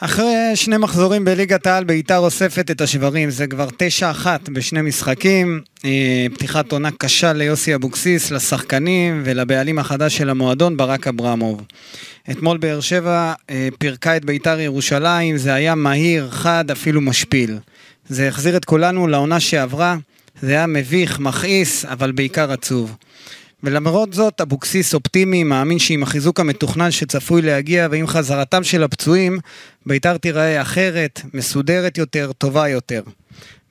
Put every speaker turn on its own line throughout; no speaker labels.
אחרי שני מחזורים בליגת העל, ביתר אוספת את השברים, זה כבר 9-1 בשני משחקים. אה, פתיחת עונה קשה ליוסי אבוקסיס, לשחקנים ולבעלים החדש של המועדון, ברק אברמוב. אתמול באר שבע אה, פירקה את ביתר ירושלים, זה היה מהיר, חד, אפילו משפיל. זה החזיר את כולנו לעונה שעברה, זה היה מביך, מכעיס, אבל בעיקר עצוב. ולמרות זאת, אבוקסיס אופטימי, מאמין שעם החיזוק המתוכנן שצפוי להגיע ועם חזרתם של הפצועים, ביתר תיראה אחרת, מסודרת יותר, טובה יותר.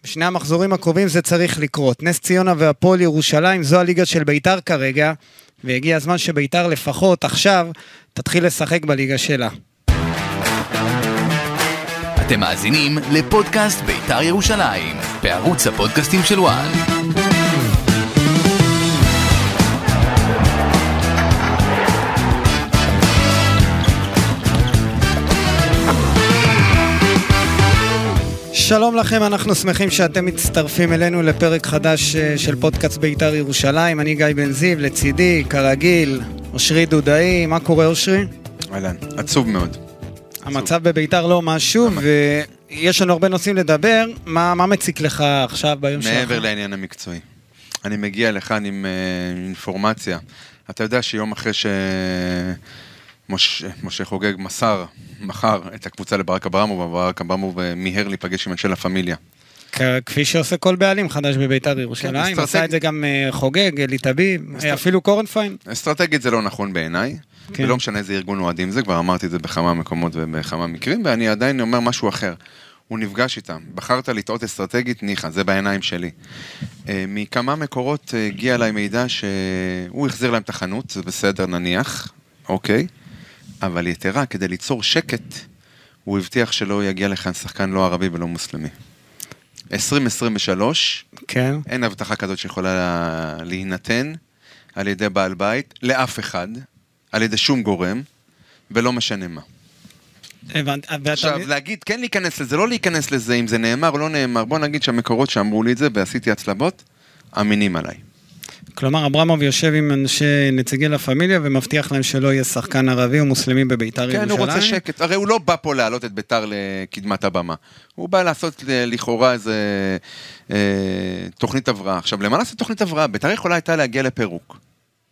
בשני המחזורים הקרובים זה צריך לקרות. נס ציונה והפועל ירושלים זו הליגה של ביתר כרגע, והגיע הזמן שביתר לפחות עכשיו תתחיל לשחק בליגה שלה.
אתם מאזינים לפודקאסט בית"ר ירושלים, בערוץ הפודקאסטים של וואן.
שלום לכם, אנחנו שמחים שאתם מצטרפים אלינו לפרק חדש אה, של פודקאסט בית"ר ירושלים. אני גיא בן זיו, לצידי, כרגיל, אושרי דודאי. מה קורה, אושרי?
אהלן, עצוב מאוד.
המצב בביתר לא משהו,
נכון.
ויש לנו הרבה נושאים לדבר. מה מה מציק לך עכשיו ביום שלך?
מעבר לעניין המקצועי. אני מגיע לכאן עם אה, אינפורמציה. אתה יודע שיום אחרי שמשה חוגג מסר, מכר את הקבוצה לברק אברמוב, ברק אברמוב אה, מיהר להיפגש עם אנשי לה פמיליה.
כ- כפי שעושה כל בעלים חדש
כן,
בביתר ירושלים.
אסטרטג-
עשה את זה גם אה, חוגג, אלי טביב, אה,
אסטר-
אפילו קורנפיין.
אסטרטגית זה לא נכון בעיניי,
כן.
כן. ולא משנה איזה ארגון אוהדים זה, כבר אמרתי את זה בכמה מקומות ובכמה מקרים, ואני עדיין אומר משהו אחר. הוא נפגש איתם, בחרת לטעות אסטרטגית, ניחא, זה בעיניים שלי. אה, מכמה מקורות אה, הגיע אליי מידע שהוא החזיר להם את החנות, זה בסדר נניח, אוקיי, אבל יתרה, כדי ליצור שקט, הוא הבטיח שלא יגיע לכאן שחקן לא ערבי ולא מוסלמי. 2023,
כן.
אין הבטחה כזאת שיכולה לה- להינתן על ידי בעל בית, לאף אחד, על ידי שום גורם, ולא משנה מה.
הבנתי. ואתה-
עכשיו, להגיד כן להיכנס לזה, לא להיכנס לזה, אם זה נאמר או לא נאמר, בוא נגיד שהמקורות שאמרו לי את זה ועשיתי הצלבות, אמינים עליי.
כלומר, אברמוב יושב עם אנשי נציגי לה פמיליה ומבטיח להם שלא יהיה שחקן ערבי או מוסלמי בביתר ירושלים.
כן, הוא רוצה שקט. הרי הוא לא בא פה להעלות את ביתר לקדמת הבמה. הוא בא לעשות אה, לכאורה איזה אה, תוכנית הבראה. עכשיו, למה לעשות תוכנית הבראה? ביתר יכולה הייתה להגיע לפירוק.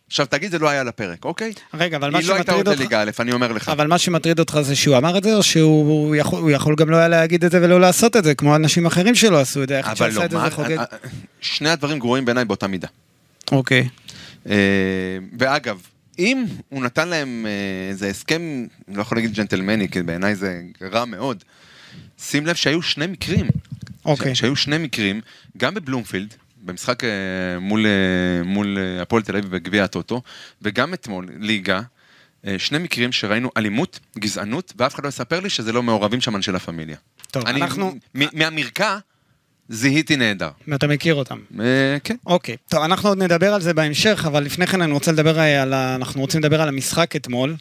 עכשיו, תגיד, זה לא היה לפירק, אוקיי?
רגע, אבל מה
היא לא הייתה
שמטריד
עוד
אותך...
לליגה א', אני אומר לך.
אבל מה שמטריד אותך זה שהוא אמר את זה, או שהוא יכול, הוא יכול גם לא היה להגיד את זה ולא לעשות את זה, כמו אנשים אחרים שלא עשו את זה, איך
אבל
שעשה
לא,
את זה
מה-
זה חוגג.
אה, אה, שני הדברים גרועים בעיניי באותה מידה.
אוקיי.
אה, ואגב, אם הוא נתן להם אה, איזה הסכם, אני לא יכול להגיד ג'נטלמני, כי בעיניי זה רע מאוד, שים לב שהיו שני מקרים.
אוקיי.
ש- שהיו שני מקרים, גם בבלומפילד, במשחק אה, מול, אה, מול אה, הפועל תל אביב בגביע הטוטו, וגם אתמול, ליגה, אה, שני מקרים שראינו אלימות, גזענות, ואף אחד לא יספר לי שזה לא מעורבים שם אנשי לה פמיליה.
טוב,
אני,
אנחנו-
מ- מהמרקע, זיהיתי נהדר.
אתה מכיר אותם.
אה, כן.
אוקיי, טוב, אנחנו עוד נדבר על זה בהמשך, אבל לפני כן אני רוצה לדבר אה, על ה... אנחנו רוצים לדבר על המשחק אתמול,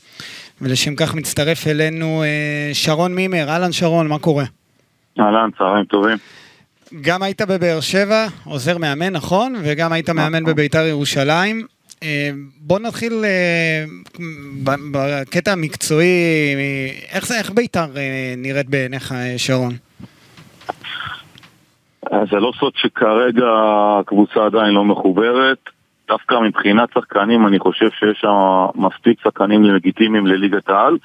ולשם כך מצטרף אלינו אה, שרון מימר. אהלן שרון, מה קורה?
אהלן, צהריים טובים.
גם היית בבאר שבע, עוזר מאמן, נכון? וגם היית מאמן בביתר ירושלים. אה, בוא נתחיל אה, ב- בקטע המקצועי, אה, איך זה, איך ביתר אה, נראית בעיניך, אה, שרון?
אה, זה לא סוד שכרגע הקבוצה עדיין לא מחוברת. דווקא מבחינת שחקנים, אני חושב שיש שם מספיק שחקנים לגיטימיים לליגת העל,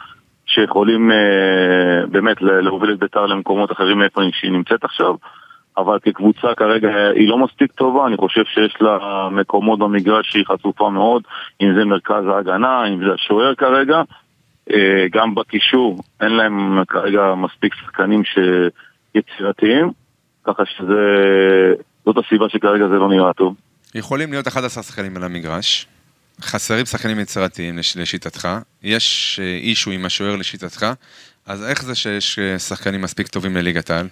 שיכולים אה, באמת ל- להוביל את ביתר למקומות אחרים מאיפה שהיא נמצאת עכשיו. אבל כקבוצה כרגע אה, היא לא מספיק טובה, אני חושב שיש לה מקומות במגרש שהיא חשופה מאוד, אם זה מרכז ההגנה, אם זה השוער כרגע. אה, גם בקישור, אין להם כרגע מספיק שחקנים שיצירתיים. ככה שזה... זאת הסיבה שכרגע זה לא נראה טוב.
יכולים להיות 11 שחקנים על המגרש, חסרים שחקנים יצירתיים לש, לשיטתך, יש אה, אישו עם השוער לשיטתך, אז איך זה שיש אה, שחקנים מספיק טובים לליגת העל?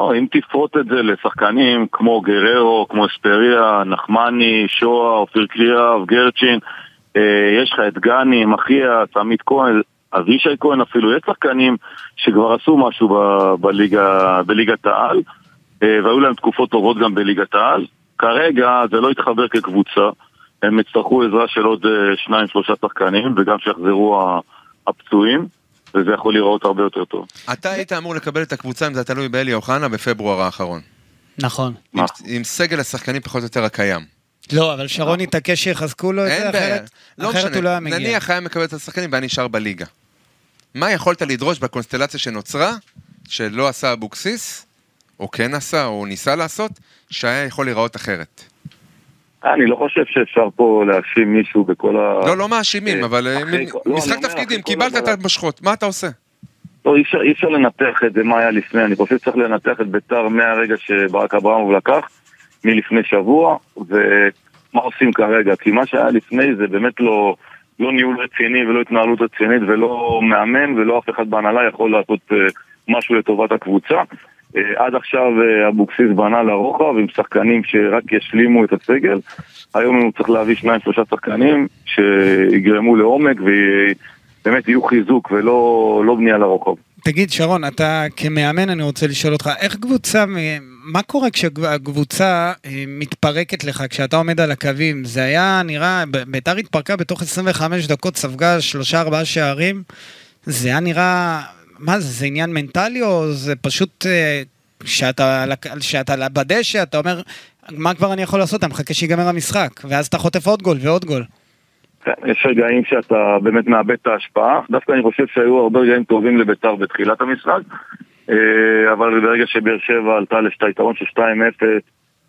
או, אם תפרוט את זה לשחקנים כמו גררו, כמו אספריה, נחמני, שואה, אופיר קריאב, גרצ'ין, אה, יש לך את גני, מחייאס, עמית כהן, אז ישי כהן אפילו, יש שחקנים שכבר עשו משהו ב- בליגה, בליגת העל, אה, והיו להם תקופות טובות גם בליגת העל. כרגע זה לא התחבר כקבוצה, הם יצטרכו עזרה של עוד אה, שניים שלושה שחקנים, וגם שיחזרו ה- הפצועים. וזה יכול להיראות הרבה יותר טוב.
אתה היית אמור לקבל את הקבוצה, אם זה היה תלוי באלי אוחנה, בפברואר האחרון.
נכון.
מה?
עם- עם סגל השחקנים פחות או יותר הקיים.
לא, אבל שרון התעקש שיחזקו לו את זה,
אין בעיה.
אחרת,
לא
אחרת הוא לא היה
משנה.
מגיע.
נניח היה מקבל את השחקנים והיה נשאר בליגה. מה יכולת לדרוש בקונסטלציה שנוצרה, שלא עשה אבוקסיס, או כן עשה, או ניסה לעשות, שהיה יכול להיראות אחרת?
אני לא חושב שאפשר פה להאשים מישהו בכל ה...
לא, לא מאשימים,
אה,
אבל אה,
אחרי
מ-
כל- לא,
משחק
אני אומר,
תפקידים,
אחרי כל
קיבלת את
הבלם.
המשכות, מה אתה עושה?
לא, אי אפשר, אי אפשר לנתח את זה מה היה לפני, אני חושב שצריך לנתח את ביתר מהרגע שברק אברמוב לקח, מלפני שבוע, ומה עושים כרגע, כי מה שהיה לפני זה באמת לא, לא ניהול רציני ולא התנהלות רצינית ולא מאמן ולא אף אחד בהנהלה יכול לעשות אה, משהו לטובת הקבוצה. אה, עד עכשיו אה, אבוקסיס בנה לרוחב עם שחקנים שרק ישלימו את הסגל, היום הוא צריך להביא שניים שלושה שחקנים שיגרמו לעומק ובאמת יהיו חיזוק ולא לא בנייה לרוחב.
תגיד, שרון, אתה כמאמן, אני רוצה לשאול אותך, איך קבוצה, מ- מה קורה כשהקבוצה אה, מתפרקת לך, כשאתה עומד על הקווים? זה היה נראה, ב- ביתר התפרקה בתוך 25 דקות, ספגה שלושה ארבעה שערים, זה היה נראה, מה זה, זה עניין מנטלי או זה פשוט אה, שאתה, על הק- שאתה על בדשא, אתה אומר, מה כבר אני יכול לעשות, אתה מחכה שיגמר המשחק, ואז אתה חוטף עוד גול ועוד גול.
כן, יש רגעים שאתה באמת מאבד את ההשפעה, דווקא אני חושב שהיו הרבה רגעים טובים לביתר בתחילת המשחק, אה, אבל ברגע שבאר שבע עלתה לשתי יתרון של 2-0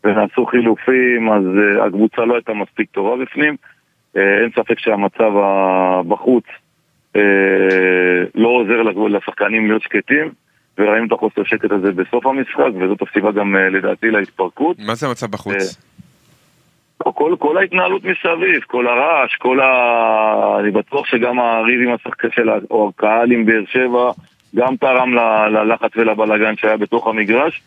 ונעשו חילופים, אז אה, הקבוצה לא הייתה מספיק טובה בפנים, אה, אין ספק שהמצב ה- בחוץ אה, לא עוזר לק- לשחקנים להיות שקטים, וראינו את החוסר שקט הזה בסוף המשחק, וזאת הסיבה גם אה, לדעתי להתפרקות.
מה זה המצב בחוץ?
אה. כל, כל ההתנהלות מסביב, כל הרעש, כל ה... אני בטוח שגם הריב עם השחקן של ה- או הקהל עם באר שבע גם תרם ל- ללחץ ולבלאגן שהיה בתוך המגרש.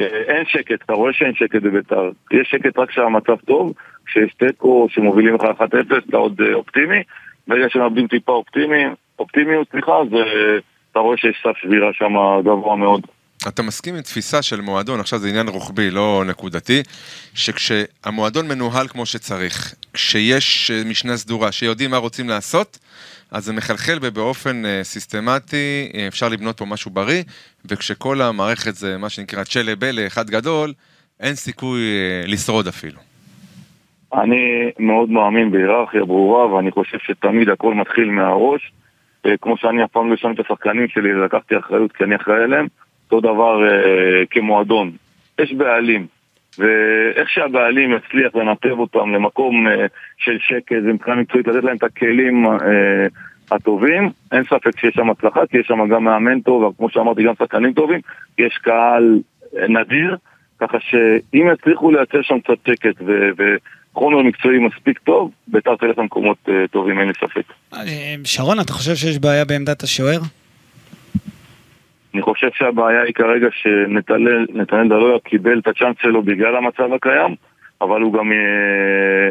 אה, אין שקט, אתה רואה שאין שקט בביתר. יש שקט רק כשהמצב טוב, כשיש תיקו, שמובילים לך 1-0, אתה עוד אה, אופטימי. ברגע שמאבדים טיפה אופטימי, אופטימיות, סליחה, אז אה, אתה רואה שיש סף שבירה שם גבוה מאוד.
אתה מסכים עם תפיסה של מועדון, עכשיו זה עניין רוחבי, לא נקודתי, שכשהמועדון מנוהל כמו שצריך, כשיש אה, משנה סדורה, שיודעים מה רוצים לעשות, אז זה מחלחל ובאופן אה, סיסטמטי אה, אפשר לבנות פה משהו בריא, וכשכל המערכת זה מה שנקרא צ'לה בלה, אחד גדול, אין סיכוי אה, לשרוד אפילו.
אני מאוד מאמין בהיררכיה ברורה, ואני חושב שתמיד הכל מתחיל מהראש. אה, כמו שאני אף פעם לא שם את השחקנים שלי, לקחתי אחריות כי אני אחראי עליהם, אותו דבר אה, כמועדון. יש בעלים, ואיך שהבעלים יצליח לנתב אותם למקום אה, של שקט ומבחינה מקצועית, לתת להם את הכלים אה, הטובים, אין ספק שיש שם הצלחה, כי יש שם גם מאמן טוב, וכמו שאמרתי, גם שחקנים טובים, יש קהל אה, נדיר, ככה שאם יצליחו לייצר שם קצת שקט ו- וחומר מקצועי מספיק טוב, ביתר תלך למקומות אה, טובים, אין לי ספק.
אה, שרון, אתה חושב שיש בעיה בעמדת השוער?
אני חושב שהבעיה היא כרגע שנתנאל נתנאל דלויה קיבל את הצ'אנס שלו בגלל המצב הקיים, אבל הוא גם אה,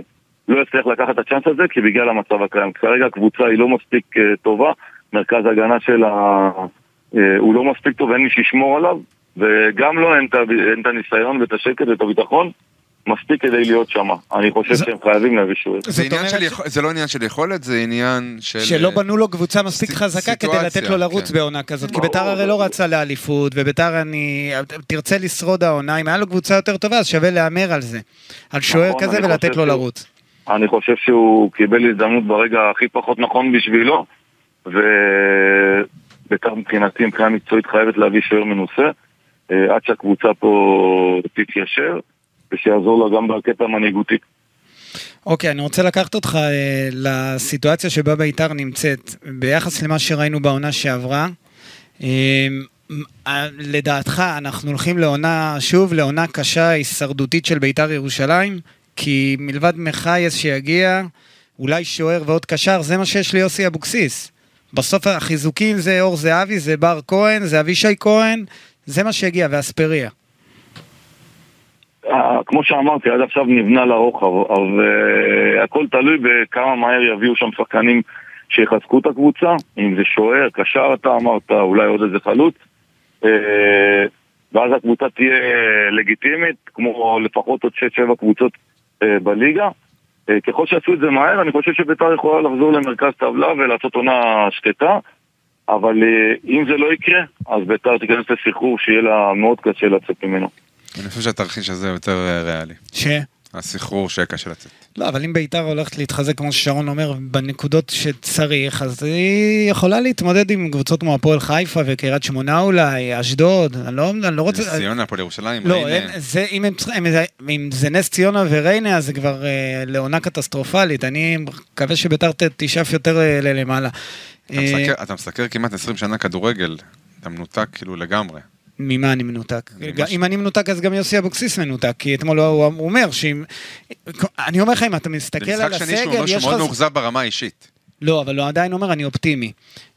לא יצטרך לקחת את הצ'אנס הזה כי בגלל המצב הקיים. כרגע הקבוצה היא לא מספיק אה, טובה, מרכז ההגנה שלה אה, הוא לא מספיק טוב, אין מי שישמור עליו, וגם לו אין את ה- אין את הניסיון ואת השקט ואת הביטחון מספיק כדי להיות שם. אני חושב
זה-
שהם חייבים להביא שוער.
זאת
זה, עניין
אומרת
של
ש-
יכול... זה לא עניין של יכולת, זה עניין של...
שלא
אה,
בנו לו קבוצה מספיק
סיט-
חזקה כדי
סיטואציה,
לתת לו לרוץ
כן.
בעונה כזאת, כי
ברור,
ביתר הרי לא
ברור.
רצה לאליפות, וביתר אני... תרצה לשרוד העונה, אם היה לו קבוצה יותר טובה, אז שווה להמר על זה. על שוער
נכון,
כזה
אני
ולתת
חושב
לו
שהוא-
לרוץ.
אני חושב שהוא קיבל הזדמנות ברגע הכי פחות נכון בשבילו, וביתר מבחינתי, מבחינה מקצועית, חייבת להביא שוער מנוסה, אה, עד שהקבוצה פה תתיישר, ושיעזור לה גם בקטע המנהיגותי.
אוקיי, אני רוצה לקחת אותך אה, לסיטואציה שבה ביתר נמצאת, ביחס למה שראינו בעונה שעברה. אה, מ- אה, לדעתך, אנחנו הולכים לעונה, שוב, לעונה קשה, הישרדותית של ביתר ירושלים, כי מלבד מחייס שיגיע, אולי שוער ועוד קשר, זה מה שיש ליוסי אבוקסיס. בסוף החיזוקים זה אור זהבי, זה בר כהן, זה אבישי כהן, זה מה שהגיע, ואספריה.
אה, כמו שאמרתי, עד עכשיו נבנה לרוחב, אבל אה, הכל תלוי בכמה מהר יביאו שם שחקנים שיחזקו את הקבוצה, אם זה שוער, קשר אתה אמרת, אולי עוד איזה חלוץ, אה, ואז הקבוצה תהיה אה, לגיטימית, כמו לפחות עוד 6-7 קבוצות אה, בליגה. אה, ככל שעשו את זה מהר, אני חושב שביתר יכולה לחזור למרכז טבלה ולעשות עונה שקטה. אבל אה, אם זה לא יקרה, אז ביתר תיכנס לסחרור שיהיה לה מאוד קשה לצאת ממנו.
אני חושב שהתרחיש הזה יותר אה, ריאלי.
ש...
הסחרור שקשה לצאת.
לא, אבל אם ביתר הולכת להתחזק, כמו ששרון אומר, בנקודות שצריך, אז היא יכולה להתמודד עם קבוצות כמו הפועל חיפה וקריית שמונה אולי, אשדוד, אני לא, אני לא רוצה...
נס ציונה, הפועל ירושלים,
לא,
ריינה.
הם, זה, אם, הם, צריכים- אם, זה- אם זה נס ציונה וריינה, אז זה כבר אה, לעונה קטסטרופלית. אני מקווה שביתר ת- תשאף יותר אה, ל- למעלה.
אתה
אה,
מסקר- אתה מסקר כמעט 20 שנה כדורגל, אתה מנותק כאילו לגמרי.
ממה אני מנותק?
ממה ש-
אם אני מנותק, אז גם יוסי אבוקסיס מנותק, כי אתמול הוא הוא אומר שאם... אני אומר לך, אם אתה מסתכל
זה
על
משחק שני
הסגל,
שהוא אומר שהוא
יש לך...
מאוד מאוכזב ברמה האישית.
לא, אבל הוא עדיין אומר, אני אופטימי.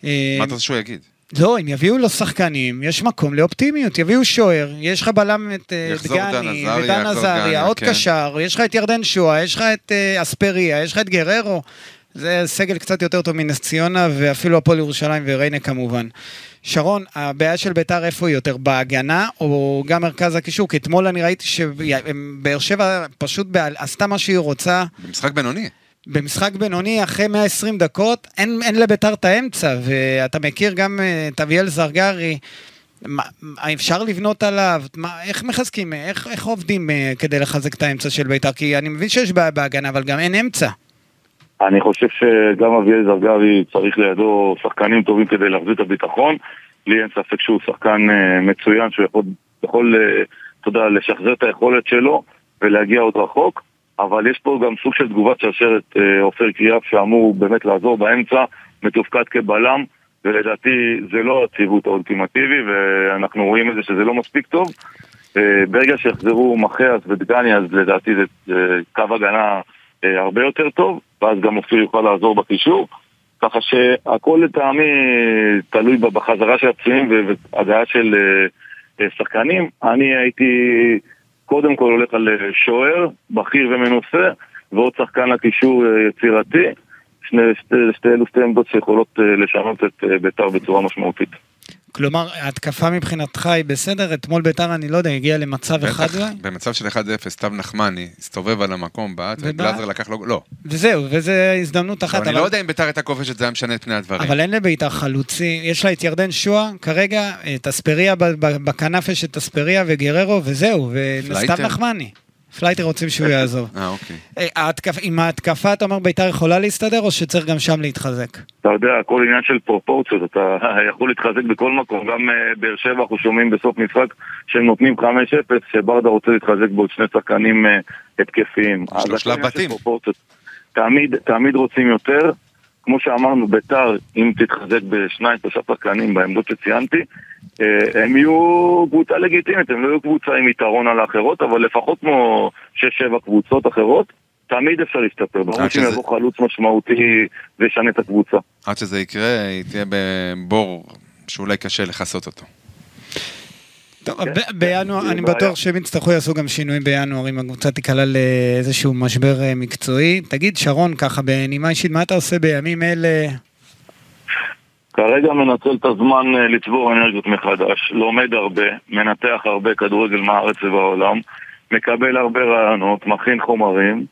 אה,
מה אתה רוצה שהוא יגיד?
לא, אם יביאו לו שחקנים, יש מקום לאופטימיות. יביאו שוער, יש לך בלם את אה,
יחזור דן
דגני,
עזריה,
ודן
יחזור
עזריה,
דגני,
עוד
כן.
קשר, יש לך את ירדן שואה, יש לך את אה, אספריה, יש לך את גררו. זה סגל קצת יותר טוב מנס ציונה, ואפילו הפועל ירושלים וריינה כמובן. שרון, הבעיה של ביתר איפה היא יותר? בהגנה או גם מרכז הקישור? כי אתמול אני ראיתי שבאר שבע פשוט בעל- עשתה מה שהיא רוצה.
במשחק בינוני.
במשחק בינוני אחרי 120 דקות, אין, אין לביתר את האמצע, ואתה מכיר גם אה, את אביאל זרגרי, מה, מה- אפשר לבנות עליו, מה, איך מחזקים, איך, איך עובדים אה, כדי לחזק את האמצע של ביתר? כי אני מבין שיש בעיה בהגנה, אבל גם אין אמצע.
אני חושב שגם אביאל זרגרי צריך לידו שחקנים טובים כדי להחזיר את הביטחון. לי אין ספק שהוא שחקן אה, מצוין, שהוא יכול, יכול אה, אתה יודע, לשחזר את היכולת שלו ולהגיע עוד רחוק, אבל יש פה גם סוג של תגובת שרשרת אה, עופר קריאף שאמור באמת לעזור באמצע, מתופקד כבלם, ולדעתי זה לא הציוות האולטימטיבי, ואנחנו רואים את זה שזה לא מספיק טוב. אה, ברגע שיחזרו מחייאס ודגני, אז לדעתי זה זה קו הגנה אה, הרבה יותר טוב, ואז גם אופיר יוכל לעזור בקישור. ככה שהכל לטעמי תלוי ב- בחזרה של הפצועים ו- והגעה של אה, אה, שחקנים. אני הייתי קודם כל הולך על אה, שוער, בכיר ומנוסה, ועוד שחקן לקישור אה, יצירתי. שני, שתי, שתי אלו שתי עמדות שיכולות אה, לשנות את אה, בית"ר בצורה משמעותית.
כלומר, ההתקפה מבחינתך היא בסדר, אתמול ביתר, אני לא יודע, הגיע למצב
בטח,
אחד, לא? אולי?
במצב של 1-0, סתיו נחמני הסתובב על המקום, בעט,
ובעט.
וגלאזר לקח לו... לא.
וזהו, וזו הזדמנות אחת.
אבל אני
אבל-
לא יודע אם ביתר הייתה כובשת, זה היה משנה את פני הדברים.
אבל אין לביתר חלוצי, יש לה את ירדן שואה, כרגע את אספריה, ב- ב- בכנף יש את אספריה וגררו, וזהו,
פלייטר?
וסתיו נחמני. פלייטר רוצים שהוא יעזוב.
אה, אוקיי.
אה, ההתקפ- עם ההתקפה, אתה אומר, ביתר יכולה להסתדר, או שצריך גם שם להתחזק?
אתה יודע, הכל עניין של פרופורציות, אתה יכול להתחזק בכל מקום. גם אה, באר שבע אנחנו שומעים בסוף משחק שהם נותנים 5-0, שברדה רוצה להתחזק בעוד שני שחקנים אה, התקפיים.
יש לו
אז
שלב
הכל עניין של
בתים.
פרופורציות. תמיד, תמיד רוצים יותר. כמו שאמרנו, ביתר, אם תתחזק בשניים, שלושה שחקנים בעמדות שציינתי, אה, הם יהיו קבוצה לגיטימית, הם לא יהיו קבוצה עם יתרון על האחרות, אבל לפחות כמו 6-7 קבוצות אחרות, תמיד אפשר להשתפר. ברור
רק
שאם
שזה-
יבוא חלוץ משמעותי, זה ישנה את הקבוצה.
עד שזה יקרה, היא תהיה בבור שאולי קשה לכסות אותו.
טוב,
כן,
ב- בינואר,
זה
אני
בעיה.
בטוח שהם יצטרכו יעשו גם שינויים בינואר, אם הקבוצה תיקלע לאיזשהו משבר אה, מקצועי. תגיד, שרון, ככה, בנימה אישית, מה אתה עושה בימים אלה?
כרגע מנצל את הזמן אה, לצבור אנרגיות מחדש, לומד הרבה, מנתח הרבה כדורגל מהארץ ובעולם, מקבל הרבה רעיונות, מכין חומרים,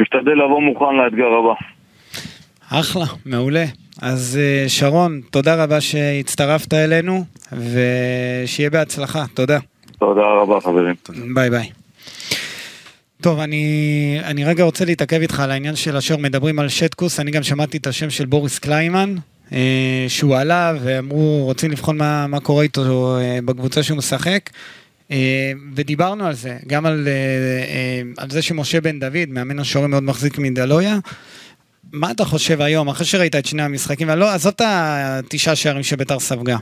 משתדל לבוא מוכן לאתגר הבא.
אחלה, מעולה. אז אה, שרון, תודה רבה שהצטרפת אלינו, ושיהיה בהצלחה, תודה.
תודה רבה חברים.
ביי ביי. טוב, אני, אני רגע רוצה להתעכב איתך על העניין של השוער, מדברים על שטקוס, אני גם שמעתי את השם של בוריס קליימן, אה, שהוא עלה ואמרו, רוצים לבחון מה, מה קורה איתו אה, בקבוצה שהוא משחק, אה, ודיברנו על זה, גם על, אה, אה, על זה שמשה בן דוד, מאמן השוערים מאוד מחזיק מדלויה. מה אתה חושב היום, אחרי שראית את שני המשחקים, ואני לא, עזוב את התשעה שערים שביתר ספגה.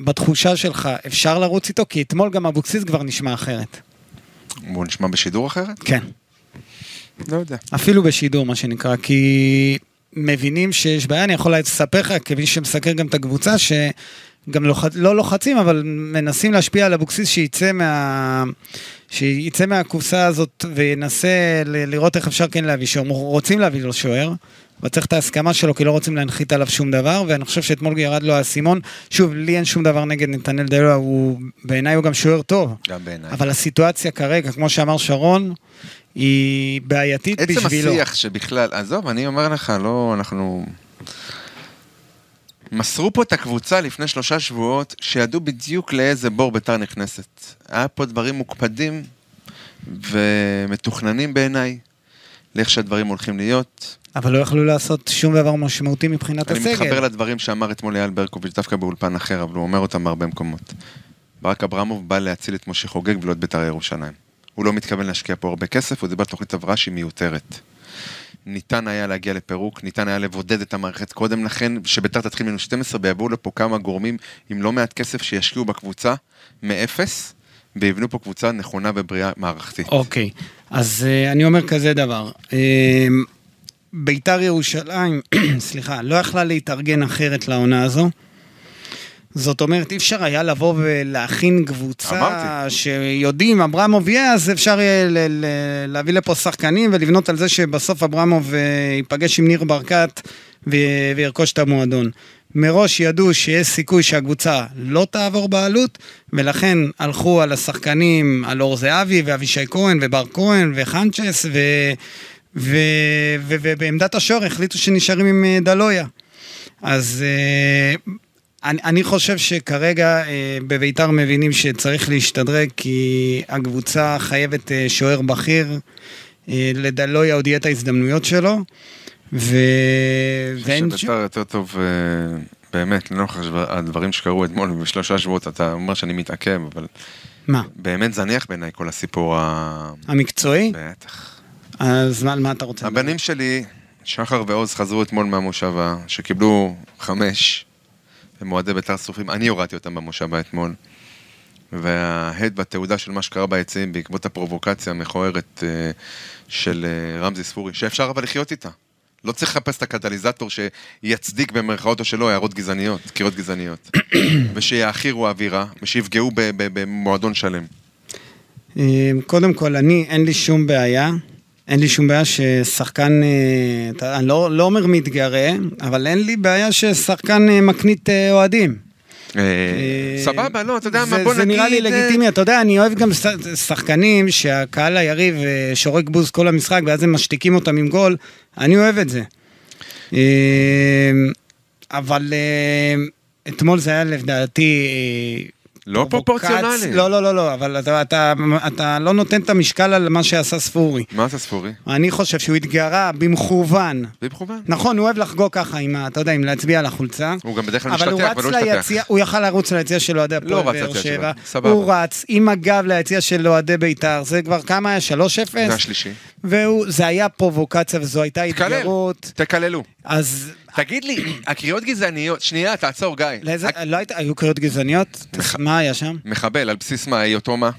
בתחושה שלך, אפשר לרוץ איתו? כי אתמול גם אבוקסיס כבר נשמע אחרת.
בואו נשמע בשידור אחרת?
כן.
לא יודע.
אפילו בשידור, מה שנקרא, כי מבינים שיש בעיה, אני יכול לספר לך, כמי שמסקר גם את הקבוצה, שגם לוח... לא לוחצים, אבל מנסים להשפיע על אבוקסיס שיצא, מה... שיצא מהקופסה הזאת וינסה ל- לראות איך אפשר כן להביא שוער. רוצים להביא לו שוער. אבל צריך את ההסכמה שלו, כי לא רוצים להנחית עליו שום דבר, ואני חושב שאתמול ירד לו האסימון. שוב, לי אין שום דבר נגד נתנאל דלו, הוא בעיניי הוא גם שוער טוב.
גם בעיניי.
אבל הסיטואציה כרגע, כמו שאמר שרון, היא בעייתית
עצם
בשבילו.
השיח שבכלל, עזוב, אני אומר לך, לא, אנחנו...
מסרו פה את הקבוצה לפני שלושה שבועות, שידעו בדיוק לאיזה בור ביתר נכנסת. היה פה דברים מוקפדים ומתוכננים בעיניי, לאיך שהדברים הולכים להיות.
אבל לא יכלו לעשות שום דבר משמעותי מבחינת
אני
הסגל.
מתחבר לדברים שאמר אתמול אייל ברקוביץ', דווקא באולפן אחר, אבל הוא אומר אותם בהרבה מקומות. ברק אברמוב בא להציל את משה חוגג ולא את בית"ר ירושלים. הוא לא מתכוון להשקיע פה הרבה כסף, הוא דיבר על תוכנית הבראה שהיא מיותרת. ניתן היה להגיע לפירוק, ניתן היה לבודד את המערכת קודם לכן, שביתר תתחיל מינוס 12 ויבואו לפה כמה גורמים עם לא מעט כסף שישקיעו בקבוצה מאפס, ויבנו פה קבוצה נכונה ובריאה מערכתית.
אוקיי, אז אה, אני אומר כזה דבר. אה, ביתר ירושלים, סליחה, לא יכלה להתארגן אחרת לעונה הזו. זאת אומרת, אי אפשר היה לבוא ולהכין קבוצה
אמרתי.
שיודעים, אברמוב יהיה, אז אפשר יהיה ל- ל- להביא לפה שחקנים ולבנות על זה שבסוף אברמוב אה, ייפגש עם ניר ברקת ו- וירכוש את המועדון. מראש ידעו שיש סיכוי שהקבוצה לא תעבור בעלות, ולכן הלכו על השחקנים, על אור זהבי ואבישי כהן ובר כהן וחנצ'ס, ו- ו- ו- ובעמדת השוער החליטו שנשארים עם אה, דלויה. אז אה, אני, אני חושב שכרגע אה, בביתר מבינים שצריך להשתדרג כי הקבוצה חייבת אה, שוער בכיר, אה, לדלויה עוד יהיה את ההזדמנויות שלו, ו... ואין...
שביתר יותר טוב, אה, באמת, לנוכח הדברים שקרו אתמול בשלושה שבועות, אתה אומר שאני מתעכב, אבל
מה?
באמת זניח בעיניי כל הסיפור ה...
המקצועי?
כן. בטח.
אז מה, מה אתה רוצה?
הבנים שלי, שחר ועוז, חזרו אתמול מהמושבה, שקיבלו חמש, הם אוהדי בית"ר שרופים, אני הורדתי אותם במושבה אתמול. וההד בתעודה של מה שקרה ביציעים בעקבות הפרובוקציה המכוערת אה, של אה, רמזי ספורי, שאפשר אבל לחיות איתה. לא צריך לחפש את הקטליזטור שיצדיק במרכאות או שלא הערות גזעניות, קריאות גזעניות. ושיעכירו אווירה, ושיפגעו ב- ב- במועדון שלם.
אה, קודם כל, אני, אין לי שום בעיה. אין לי שום בעיה ששחקן, אה, אתה- אני לא, לא אומר מתגרה, אבל אין לי בעיה ששחקן אה, מקנית אה, אוהדים.
אה,
אה,
סבבה, לא, אתה יודע מה,
זה-
בוא נגיד...
זה נראה לי
אה,
לגיטימי, אתה יודע, אני אוהב גם ש- שחקנים שהקהל היריב אה, שורק בוז כל המשחק ואז הם משתיקים אותם עם גול, אני אוהב את זה. אה, אבל אה, אתמול זה היה לדעתי... אה,
לא
פרובוקציה-
פרופורציונלי.
לא, לא, לא, לא, אבל אתה- אתה- אתה לא נותן את המשקל על מה שעשה ספורי.
מה זה ספורי?
אני חושב שהוא התגרה במכוון.
במכוון.
נכון, הוא אוהב לחגוג ככה עם ה... אתה יודע, עם להצביע על החולצה.
הוא גם בדרך כלל
אבל הוא
משתתח,
רץ
אבל לא
ליציע,
השתתח.
הוא יכל לרוץ ליציע של אוהדי
לא
הפועל
רץ
באר
ליציע שלו,
שבע.
סבבה.
הוא רץ עם הגב ליציע של אוהדי בית"ר, זה כבר כמה היה? 3-0?
זה השלישי.
והוא, זה היה פרובוקציה וזו הייתה
תקלל,
התגרות.
תקללו.
אז
תגיד לי, הקריאות גזעניות, שנייה, תעצור גיא.
לאיזה,
הק-
לא היית, היו קריאות גזעניות? מה היה שם?
מחבל, על בסיס מה, היותו מה?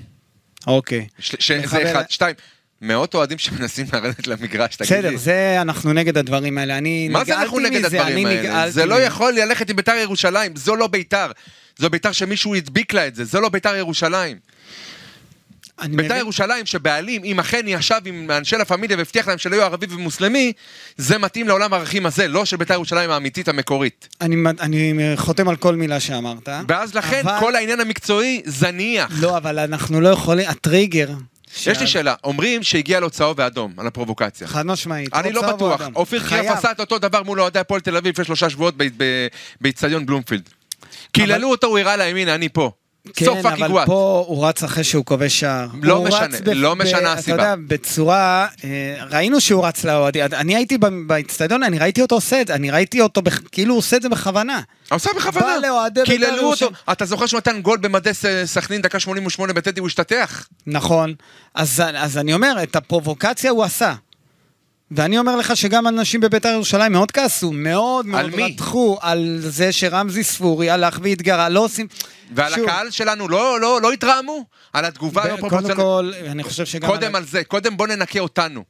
אוקיי.
ש- ש-
מחבל-
זה אחד, שתיים. מאות אוהדים שמנסים לרדת למגרש, תגיד לי.
בסדר, זה, אנחנו נגד הדברים האלה. אני
מה זה
נגעלתי
אנחנו נגד
מזה,
הדברים
אני
האלה?
נגעלתי
זה לא
מזה.
יכול ללכת עם ביתר ירושלים, זו לא ביתר. זו ביתר שמישהו הדביק לה את זה, זו לא ביתר ירושלים.
אני
ביתר
מבין.
ירושלים שבעלים, אם אכן ישב עם אנשי לה פמיליה והבטיח להם שלא יהיו ערבי ומוסלמי, זה מתאים לעולם הערכים הזה, לא של ביתר ירושלים האמיתית המקורית.
אני, אני חותם על כל מילה שאמרת.
ואז לכן
אבל-
כל העניין המקצועי זניח.
לא, אבל אנחנו לא יכולים, הטריגר.
יש
שה-
לי שאלה, אומרים שהגיע לו צהוב ואדום על הפרובוקציה.
חד משמעית.
אני לא
צהוב או
בטוח,
אדום.
אופיר
חייב.
קריאף עשה את אותו דבר מול אוהדי הפועל תל אביב לפני שלושה שבועות ב- ב- באיצטדיון בלומפילד. קיללו אותו, הוא הראה להם, הנה, אני פה. סוף
כן,
פאקינג
אבל
וואט.
פה הוא רץ אחרי שהוא כובש שער.
לא
הוא
משנה,
רץ
לא משנה הסיבה.
אתה יודע, בצורה... אה, ראינו שהוא רץ לאוהדים. אני הייתי ב- באצטדיון, אני ראיתי אותו עושה את זה, אני ראיתי אותו, בכ- כאילו הוא עושה את זה בכוונה.
עושה בכוונה.
בא לאוהדי בית"ר
קיללו אותו.
ירושלים.
אתה זוכר שהוא נתן גול במדי ס- סכנין דקה 88 בטדי, הוא השתתח.
נכון. אז, אז אני אומר, את הפרובוקציה הוא עשה. ואני אומר לך שגם אנשים בביתר ירושלים מאוד כעסו, מאוד מאוד
מי?
רתחו על זה שרמזי ספורי הלך והתגרה, לא עושים...
ועל
שוב,
הקהל שלנו לא- לא לא התרעמו? על התגובה הלא
קודם
פרופורציונלית?
כל, אני חושב שגם...
קודם על זה, קודם בוא ננקה אותנו.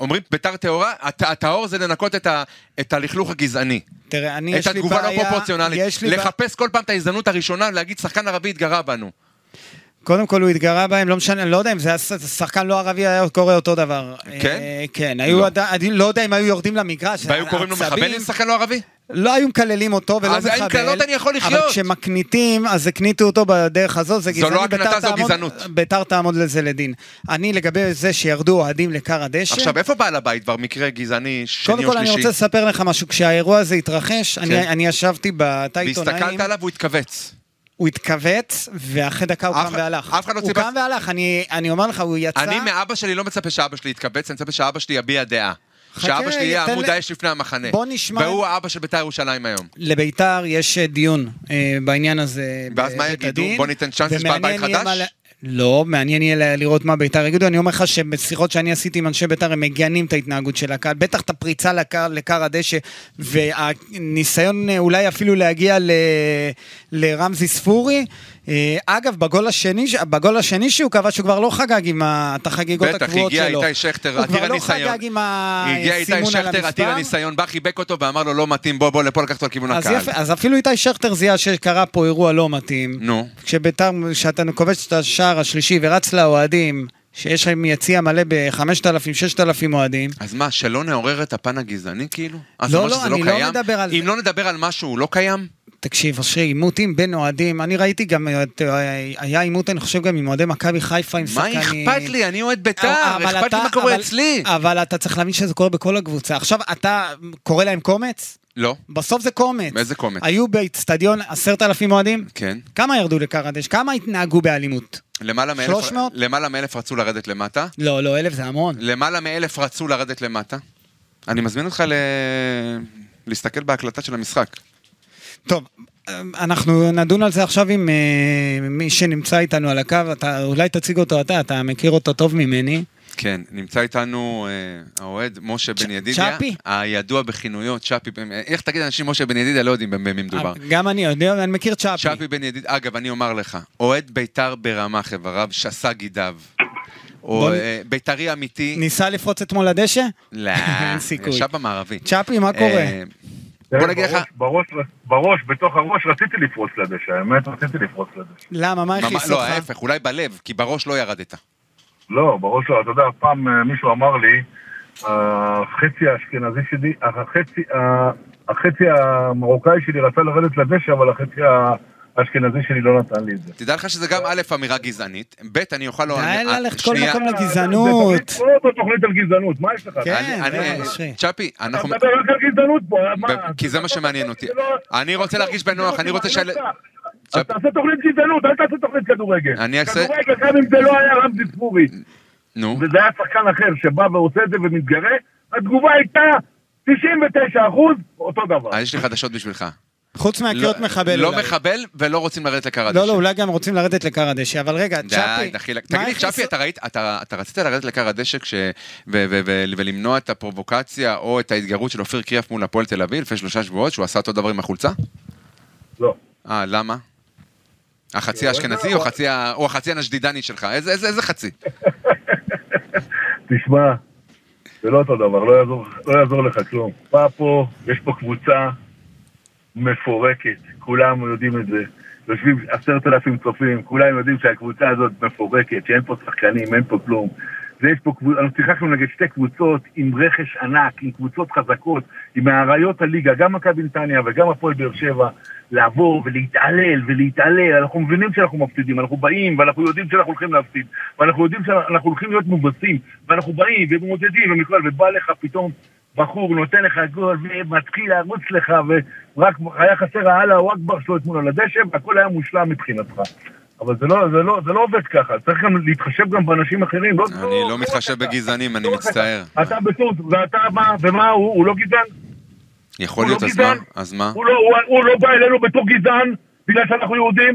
אומרים ביתר טהורה, הט- הטהור זה לנקות את ה- את הלכלוך הגזעני.
תראה, אני,
את
יש לי
התגובה
בעיה...
לא פרופורציונלית.
יש לי בעיה-
לחפש כל פעם את ההזדמנות הראשונה להגיד שחקן ערבי התגרה בנו.
אה, קודם כל הוא התגרה בהם, לא משנה, אני לא יודע אם זה היה ש- שחקן לא ערבי, היה קורה אותו דבר.
כן?
אה, כן, היו
לא.
עדיין, אני לא יודע אם היו יורדים למגרש.
והיו קוראים לו
העצבים.
מחבל לשחקן לא ערבי?
לא היו מקללים אותו ולא
אז עם
מחבל.
קללות אני יכול לחיות.
אבל כשמקניטים, אז הקניטו אותו בדרך הזאת, זה
זו
גזעני.
לא הקנטה,
בית"ר
זו
תעמוד-
גזענות.
בית"ר תעמוד לזה לדין. אני, לגבי זה שירדו אוהדים לכר הדשא,
עכשיו, איפה בעל הבית כבר מקרה גזעני שני או
קודם
שלישי?
כל
כן.
אני רוצה לספר לך משהו. כשהאירוע הזה התרחש, אני אני ישבתי בתא עיתונאים,
והסתכלת עליו והוא התכווץ.
הוא התכווץ, ואחרי דקה הוא
אף
קם
אחד-
והלך.
אף אחד לא
הוא
ציפה-
קם והלך, אני- אני אומר לך, הוא יצא.
אני מאבא שלי לא מצפה שאבא שלי יתקבץ, אני מצפה שאבא שלי יביע דעה.
חכה,
שאבא שלי יהיה
תן
עמוד
לי-
האש לפני המחנה.
בוא נשמע-
והוא האבא של בית"ר ירושלים היום.
לביתר יש אה, דיון אה, בעניין הזה.
ואז מה
בבית
יגידו?
הדין,
בוא ניתן צ'אנס, יש בעל
ומעניין
בית
יהיה מה
חדש?
ל- לא, מעניין יהיה ל- לראות מה ביתר יגידו. אני אומר לך שבשיחות שאני עשיתי עם אנשי ביתר, הם מגנים את ההתנהגות של הקהל, בטח את הפריצה לקר, לקר הדשא, והניסיון אה, אולי אפילו להגיע ל, לרמזי ספורי. אה, אגב, בגול השני, ש- בגול השני שהוא כבש, הוא כבר לא חגג עם ה- את החגיגות
בטח,
הקבועות שלו.
הגיע איתי שכטר
הוא כבר
עתיר
לא
הניסיון.
חגג עם
הגיע איתי
הסימון על
שכטר עתיר
המספר.
הניסיון, בא חיבק אותו ואמר לו לא מתאים, בוא בוא לפה לקחת אותו לכיוון
אז,
הקהל.
יפה, אז אפילו איתי שכטר זיהה שקרה פה אירוע לא מתאים.
נו.
כשביתר, כשאתה כובש את השער השלישי ורץ לאוהדים, שיש להם יציע מלא ב-5,000-6,000 אוהדים,
אז מה, שלא נעורר את הפן הגזעני כאילו? אז
לא,
אתה אומר
לא,
שזה
אני לא
קיים?
מדבר על
אם
זה.
לא נדבר על משהו, הוא לא קיים?
תקשיב, אשרי עימותים בין אוהדים, אני ראיתי גם, את- אה, היה עימות, אני חושב, גם עם אוהדי מכבי חיפה, עם
מה
שחקנים. אה,
אכפת לי? אני אוהד בית"ר,
אבל
אכפת לי
אתה-
מה קורה
אבל-
אצלי.
אבל אתה צריך להבין שזה קורה בכל הקבוצה. עכשיו, אתה קורא להם קומץ?
לא.
בסוף זה קומץ.
איזה קומץ?
היו באצטדיון 10,000 אוהדים?
כן.
כמה ירדו לקרדש? כמה התנהגו באלימות?
למעלה מאלף-
300?
למעלה מאלף רצו לרדת למטה.
לא, לא, אלף זה המון.
למעלה מאלף רצו לרדת למטה. אני מזמין אותך ל... להסתכל בהקלטה של המשחק.
טוב, אנחנו נדון על זה עכשיו עם אה, מי שנמצא איתנו על הקו, אתה, אולי תציג אותו אתה, אתה מכיר אותו טוב ממני.
כן, נמצא איתנו אה, האוהד משה בן ידידיה.
צ'אפי?
הידוע בכינויו, צ'אפי. בן- אה, איך תגיד אנשים משה בן ידידיה? לא יודעים במי מי מדובר.
גם אני יודע, אני מכיר צ'אפי.
צ'אפי בן ידיד, אגב, אני אומר לך, אוהד בית"ר ברמה חבריו, שסה גידיו. או
בוא נ-
אה, בית"רי אמיתי,
ניסה לפרוץ אתמול לדשא?
לא,
אין סיכוי.
ישב במערבי.
צ'אפי, מה
אה,
קורה?
בוא
תראה,
נגיד לך,
כן, בראש- בראש, בראש, בתוך הראש רציתי לפרוץ לדשא, האמת, רציתי לפרוץ לדשא.
למה, מה
ממש-
הכניס
לא,
אותך?
ההפך, אולי בלב, כי בראש לא ירדת.
לא, בראש לא. אתה יודע, פעם אה, מישהו אמר לי, החצי האשכנזי שלי, אה, החצי, ה- החצי המרוקאי שלי רצה לרדת לדשא, אבל החצי האשכנזי שלי לא נתן לי את זה.
תדע לך שזה גם א', אמירה גזענית, ב', אני אוכל... לא-
די
אני- אה,
ללכת כל
שנייה,
מקום
זה
לגזענות.
תוכנית- כל אותו תוכנית על גזענות, מה יש לך?
כן,
אני-
די,
אני-
אשרי.
צ'אפי,
אתה
אנחנו...
מדבר רק על גזענות פה, מה? לא-
ב- כי זה מה שמעניין אותי. אני רוצה להרגיש בנוח, אני רוצה ש...
אז תעשה תוכנית גזענות, אל תעשה תוכנית כדורגל.
אני אעשה-
כדורגל, גם אם זה לא היה רמזי ספורי.
נו,
וזה היה שחקן אחר שבא ועושה את זה ומתגרה, התגובה הייתה 99 אחוז, אותו דבר.
אז יש לי חדשות בשבילך.
חוץ מהקריאות
לא-
מחבל
לא
אולי.
מחבל ולא רוצים לרדת לקר הדשא.
לא, לא, אולי גם רוצים לרדת לקרדשא, אבל רגע,
די,
צ'אפי,
דחילה.
מה
תגיד לי,
הכניס-
צ'אפי, אתה ראית, אתה אתה רצית לרדת לקר הדשא כש... ו- ו- ו- ולמנוע את הפרובוקציה או את ההתגרות של אופיר קריאף מול הפועל תל אביב לפני שלושה שבועות, שהוא עשה אותו דבר עם החולצה?
לא.
אה, למה? החצי האשכנזי או חצי ה- או החצי הנשדידני שלך? איזה- איזה איזה חצי?
תשמע, זה לא אותו דבר, לא יעזור, לא יעזור לך כלום. בא פה, יש פה קבוצה מפורקת, כולם יודעים את זה. יושבים עשרת אלפים צופים, כולם יודעים שהקבוצה הזאת מפורקת, שאין פה שחקנים, אין פה כלום. ויש פה קבוצה, אנחנו שיחקנו נגד שתי קבוצות עם רכש ענק, עם קבוצות חזקות, עם מאריות הליגה, גם מכבי נתניה וגם הפועל באר שבע, לעבור ולהתעלל ולהתעלל, אנחנו מבינים שאנחנו מפסידים, אנחנו באים ואנחנו יודעים שאנחנו הולכים להפסיד, ואנחנו יודעים שאנחנו הולכים להיות מובסים, ואנחנו באים ומודדים ומכל, ובא לך פתאום בחור, נותן לך גול ומתחיל לרוץ לך, ורק היה חסר האללה או אכבר שלו אתמול על הדשא, והכל היה מושלם מבחינתך. אבל זה לא, זה לא, זה לא עובד ככה, צריך גם להתחשב גם באנשים אחרים. לא,
אני לא מתחשב
רק אתה.
בגזענים, אני
לא רק אתה.
מצטער.
אתה בתור, ואתה מה, ומה, הוא הוא לא גזען?
יכול
הוא
להיות,
לא
אז מה?
גזען?
אז מה?
הוא לא, הוא, הוא לא בא אלינו בתור גזען בגלל שאנחנו יהודים?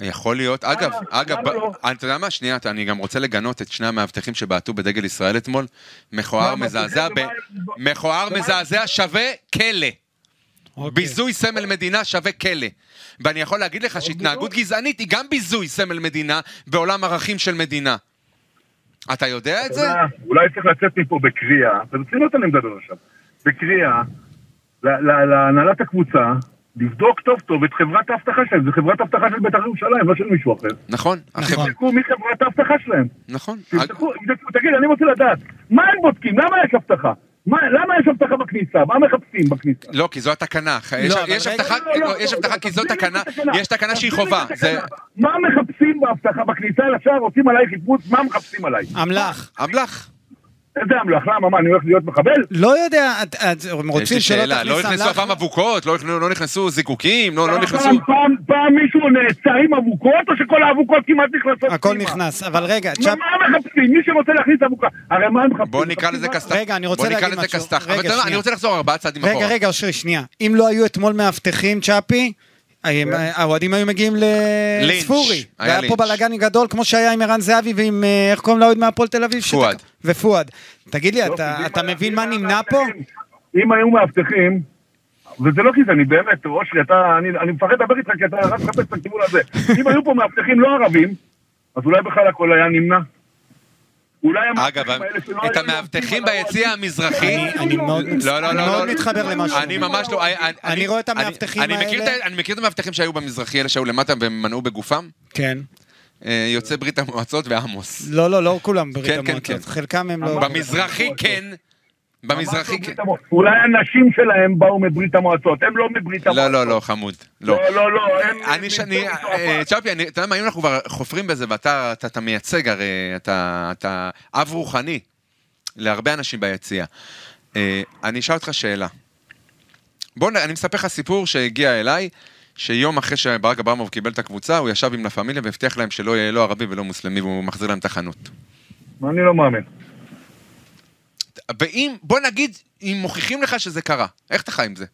יכול להיות. אגב,
למה
אגב,
לא?
ב- אתה יודע מה? שנייה, אתה- אני גם רוצה לגנות את שני המאבטחים שבעטו בדגל ישראל אתמול. מכוער
מה,
מזעזע, ב-
מבטיחים ומה הם-
מכוער
ומה הם-
מזעזע שווה כלא.
אוקיי.
ביזוי
כן.
סמל מדינה שווה כלא. ואני יכול להגיד
לא
לך שהתנהגות גזענית היא גם ביזוי סמל מדינה בעולם ערכים של מדינה. אתה יודע את
אתה
זה?
יודע, אולי צריך לצאת מפה בקריאה, ברצינות אני מדבר עכשיו, בקריאה ל- ל- להנהלת הקבוצה, לבדוק טוב טוב את חברת האבטחה שלהם, זו חברת אבטחה של בית"ר ירושלים, לא של מישהו אחר.
נכון. החברה-
תבדקו מי חברת האבטחה שלהם.
נכון.
תבדקו, תבדקו, תגיד, אני רוצה לדעת, מה הם בודקים? למה יש אבטחה? מה, למה יש אבטחה בכניסה? מה מחפשים בכניסה?
לא, כי זו התקנה. ח- יש-
אבל
יש
רגע-
הבטחה,
לא, לא, לא,
לא, יש
לא,
הבטחה
לא,
כי זו
תסביר לי
תקנה,
את התקנה.
יש תקנה שהיא
תסביר לי
חובה.
את
זה
התקנה. מה מחפשים באבטחה בכניסה לשער? עושים עליי חיפוש? מה מחפשים עליי?
אה.
אמל"ח.
אמל"ח.
איזה אמל"ח? למה? מה, אני הולך להיות מחבל?
לא יודע, את- את- הם
יש לי
רוצים שלא
שאלה, לא
תכניס
נכנסו הפעם
אמל"ח?
אבוקות, לא נכנסו- לא נכנסו זיקוקים, לא לא נכנסו...
פעם, פעם, פעם מישהו נעצר עם אבוקות, או שכל האבוקות כמעט נכנסות פנימה?
הכל נכנס, אבל רגע,
מה
צ'אפ...
מה מחפשים? מי שרוצה להכניס אבוקה, הרי מה הם מחפשים?
בוא נקרא לזה
מחפשים
כסת"ח.
רגע, אני רוצה
בוא
להגיד
נקרא לזה
משהו.
כסת"ח.
רגע,
אבל אתה יודע מה, אני
שנייה.
רוצה לחזור ארבעה צעדים אחורה.
רגע, רגע, אושרי, שנייה. אם לא היו אתמול מאבטחים, צ'אפי, הם-
כן.
האוהדים היו מגיעים
לינץ',
לספורי.
היה
היה פה
לינץ'.
בלאגן גדול, כמו שהיה עם ערן זהבי ועם, אה, איך קוראים לאוהד מהפועל תל אביב? שתק-
פואד.
ופואד. תגיד לי,
לא,
אתה-
אם
אתה
היה-
מבין
אם
מה
היה
נמנע פה?
מאבטחים- אם היו מאבטחים, וזה לא גזעני, באמת, אושרי, אתה, אני, אני מפחד לדבר איתך כי אתה רק מחפש את הכיוון הזה. אם היו פה מאבטחים לא ערבים, אז אולי בכלל הכל היה נמנע. אולי
אגב,
המאבטחים האלה שלא
את
היו
המאבטחים
יורדים על
ביציע
האוהדים-
המזרחי...
אני- אני מאוד-
לא, לא,
אני
לא,
מאוד
לא.
מתחבר למה שהוא
אני
אומר.
ממש לא... אני-
אני רואה את המאבטחים
אני מכיר
האלה-
את ה- אני מכיר את המאבטחים שהיו במזרחי, אלה שהיו למטה והם מנעו בגופם.
כן.
אה, יוצאי ברית המועצות ועמוס.
לא, לא, לא כולם ברית
כן, כן,
המועצות.
כן.
חלקם הם לא...
במזרחי כן, במזרחי כן.
ברית המוע- אולי הנשים שלהם באו מברית המועצות, הם לא מברית המועצות.
לא, לא, לא, חמוד. לא.
לא, לא, לא, הם...
אני, שאני, אה, צ'אפי, אני- אתה יודע מה, אם אנחנו כבר חופרים בזה, ואתה אתה- אתה מייצג הרי, אתה אתה אב רוחני להרבה אנשים ביציע. אה, אני אשאל אותך שאלה. בוא, נ- אני מספר לך סיפור שהגיע אליי, שיום אחרי שברק אברמוב קיבל את הקבוצה, הוא ישב עם לה פמיליה והבטיח להם שלא יהיה לא ערבי ולא מוסלמי, והוא מחזיר להם את החנות. אה,
אני לא מאמין.
ואם, בוא נגיד, אם מוכיחים לך שזה קרה, איך אתה חי עם זה?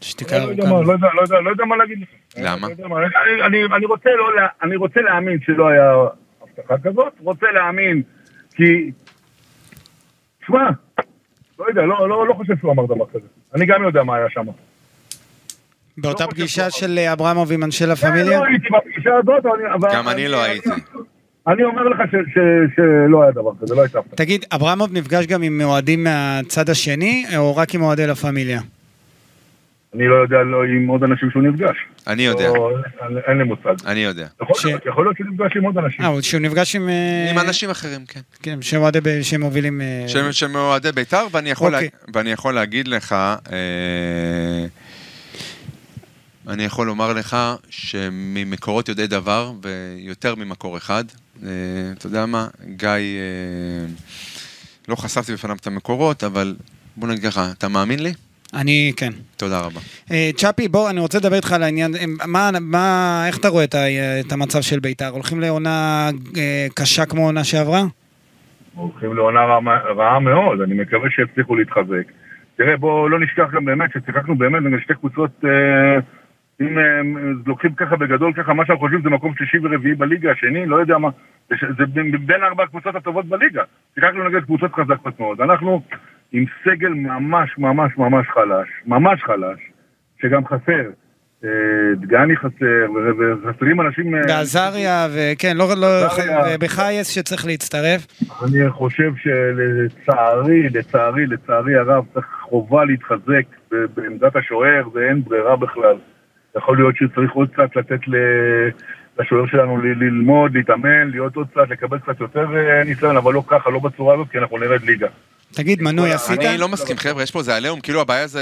שתיקה
לא יודע
ארוכה.
מה- לא יודע- לא יודע- לא יודע מה להגיד לך.
כן, למה?
לא יודע מה- אני- אני- אני רוצה לא לה- אני רוצה להאמין שלא היה הבטחה כזאת, רוצה להאמין כי... שמע, לא יודע, לא לא- לא חושב שהוא אמר דבר כזה. אני גם יודע מה היה שם.
באותה
לא
פגישה
חושב
של אה, אברמוב עם אנשי לה פמיליה?
לא הייתי בפגישה הזאת, אבל- אבל...
גם אני לא הייתי.
אני אומר לך ש- ש- שלא היה דבר כזה, לא הייתה הבטחה.
תגיד, אברמוב נפגש גם עם אוהדים מהצד השני, או רק עם אוהדי לה פמיליה?
אני לא יודע לא, עם עוד אנשים שהוא נפגש.
אני יודע,
לא, אין- אין לי מושג.
אני יודע.
יכול
ש-
להיות- יכול להיות שהוא נפגש עם עוד אנשים.
אה, הוא- שהוא נפגש עם... אה,
עם אנשים אחרים, כן.
כן, שהם אוהדי... ב- שהם מובילים... אה,
שהם- שהם אוהדי בית"ר, ואני יכול
אוקיי.
לה- ואני יכול להגיד לך, אה, אני יכול לומר לך שממקורות יודעי דבר, ויותר ממקור אחד, אה, אתה יודע מה, גיא, אה, לא חשפתי בפניו את המקורות, אבל בוא נגיד ככה, אתה מאמין לי?
אני, כן.
תודה רבה.
אה, צ'אפי, בוא, אני רוצה לדבר איתך על העניין, אה, מה, מה, איך אתה רואה את, ה- אה, את המצב של בית"ר? הולכים לעונה אה, קשה כמו עונה שעברה?
הולכים לעונה רעה- רעה מאוד, אני מקווה שיצליחו להתחזק. תראה, בואו לא נשכח גם באמת ששיחקנו באמת נגד שתי קבוצות, אה, אם הם לוקחים ככה בגדול ככה, מה שאנחנו חושבים זה מקום שלישי ורביעי בליגה, השני, לא יודע מה, זה- זה בין בין ארבע הקבוצות הטובות בליגה. שיחקנו נגד קבוצות חזקות מאוד. אנחנו עם סגל ממש ממש ממש חלש, ממש חלש, שגם חסר. אה, דגני חסר, ו- וחסרים אנשים...
כן.
אה,
בעזריה, וכן, לא, לא,
עזריה.
ובחייס שצריך להצטרף.
אני חושב שלצערי, לצערי, לצערי הרב, צריך חובה להתחזק ב- בעמדת השוער, ואין ברירה בכלל. יכול להיות שצריך עוד קצת לתת ל- לשוער שלנו ל- ללמוד, להתאמן, להיות עוד קצת, לקבל קצת יותר אה, ניסיון, אבל לא ככה, לא בצורה הזאת, כי אנחנו נרד ליגה.
תגיד, מנוי
אני
עשית?
אני לא מסכים, חבר'ה, יש פה איזה עליהום, כאילו הבעיה זה...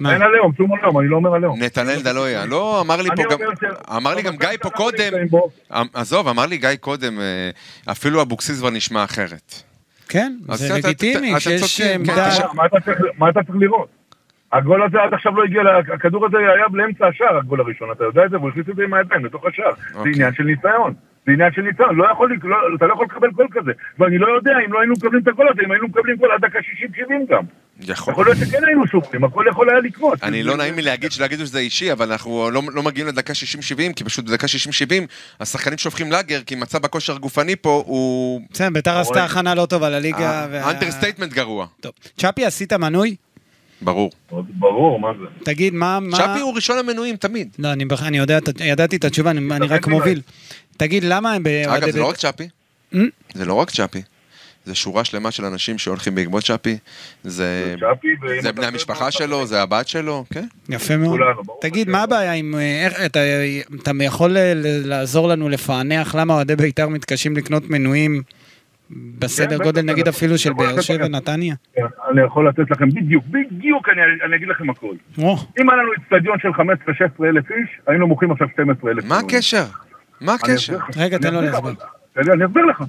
מה?
אין עליהום, שום עליהום, אני לא אומר עליהום.
נתנאל דלויה, לא, אמר לי
אני
פה גם,
אומר ש-
אמר לי גם
במצב
גיא פה
שאנחנו
קודם,
נמצאים בו,
אמ- עזוב, אמר לי גיא קודם, אה, אפילו אבוקסיס כבר נשמע אחרת.
כן,
אז
זה
אתה- אתה-
לגיטימי
אתה
שיש אה,
צודק, כן,
עמדה...
תשמע,
מה אתה צריך- מה אתה צריך לראות? הגול הזה עד עכשיו לא הגיע, ל- הכדור הזה היה לאמצע השער, הגול הראשון, אתה יודע את זה, והוא הכניס את זה עם הידיים לתוך השער. זה
אוקיי.
עניין של ניסיון. זה עניין של ניסיון, לא יכול, לק- לא- אתה לא יכול לקבל גול כזה. ואני לא יודע אם לא היינו מקבלים את הגול הזה, אם היינו מקבלים גול עד דקה 60-70 גם. יכול
יכול.
להיות שכן היינו שופטים, הכל יכול היה לקרות.
נכון. אני לא נעים לי להגיד שלא יגידו שזה אישי, אבל אנחנו לא, לא מגיעים לדקה 60-70, כי פשוט בדקה 60-70 השחקנים שופכים לאגר, כי מצב הכושר הגופני פה הוא...
בסדר, בית"ר עשתה הכנה לא טובה
אה,
לליגה. וה-
אנדרסטייטמנט גרוע,
טוב. צ'אפי, עשית מנוי?
ברור.
ברור, מה זה.
תגיד, מה... מה-
שפי הוא ראשון המנויים תמיד.
לא, אני, בח- אני יודע, את- ידעתי את התשובה, אני, אני רק
תתאפק
מוביל. תגיד, למה הם באוהדי
אגב, זה לא
אה, בית-
רק צ'אפי.
Hmm?
זה לא רק צ'אפי. זה שורה שלמה של אנשים שהולכים בעקבות צ'אפי. זה...
צ'אפי, ואם
זה
אתה
בני
עושה
המשפחה
מה-
שלו, זה הבת שלו, כן.
יפה מאוד.
כולנו, ברור.
תגיד, מה הבעיה עם... אה, איך, אתה, אתה יכול ל- ל- לעזור לנו לפענח למה אוהדי בית"ר מתקשים לקנות מנויים בסדר
כן,
גודל
בטח,
נגיד
אני-
אפילו של
אני יכול
באר
לתת
שבע,
לכם.
נתניה?
אני יכול לתת לכם בדיוק, בדיוק אני, אני אגיד לכם הכל.
או,
אם היה לנו אצטדיון של 15-16 אלף איש, היינו מוכרים עכשיו 12 אלף.
מה הקשר? מה הקשר?
רגע, תן לו להסביר.
אני אסביר לך.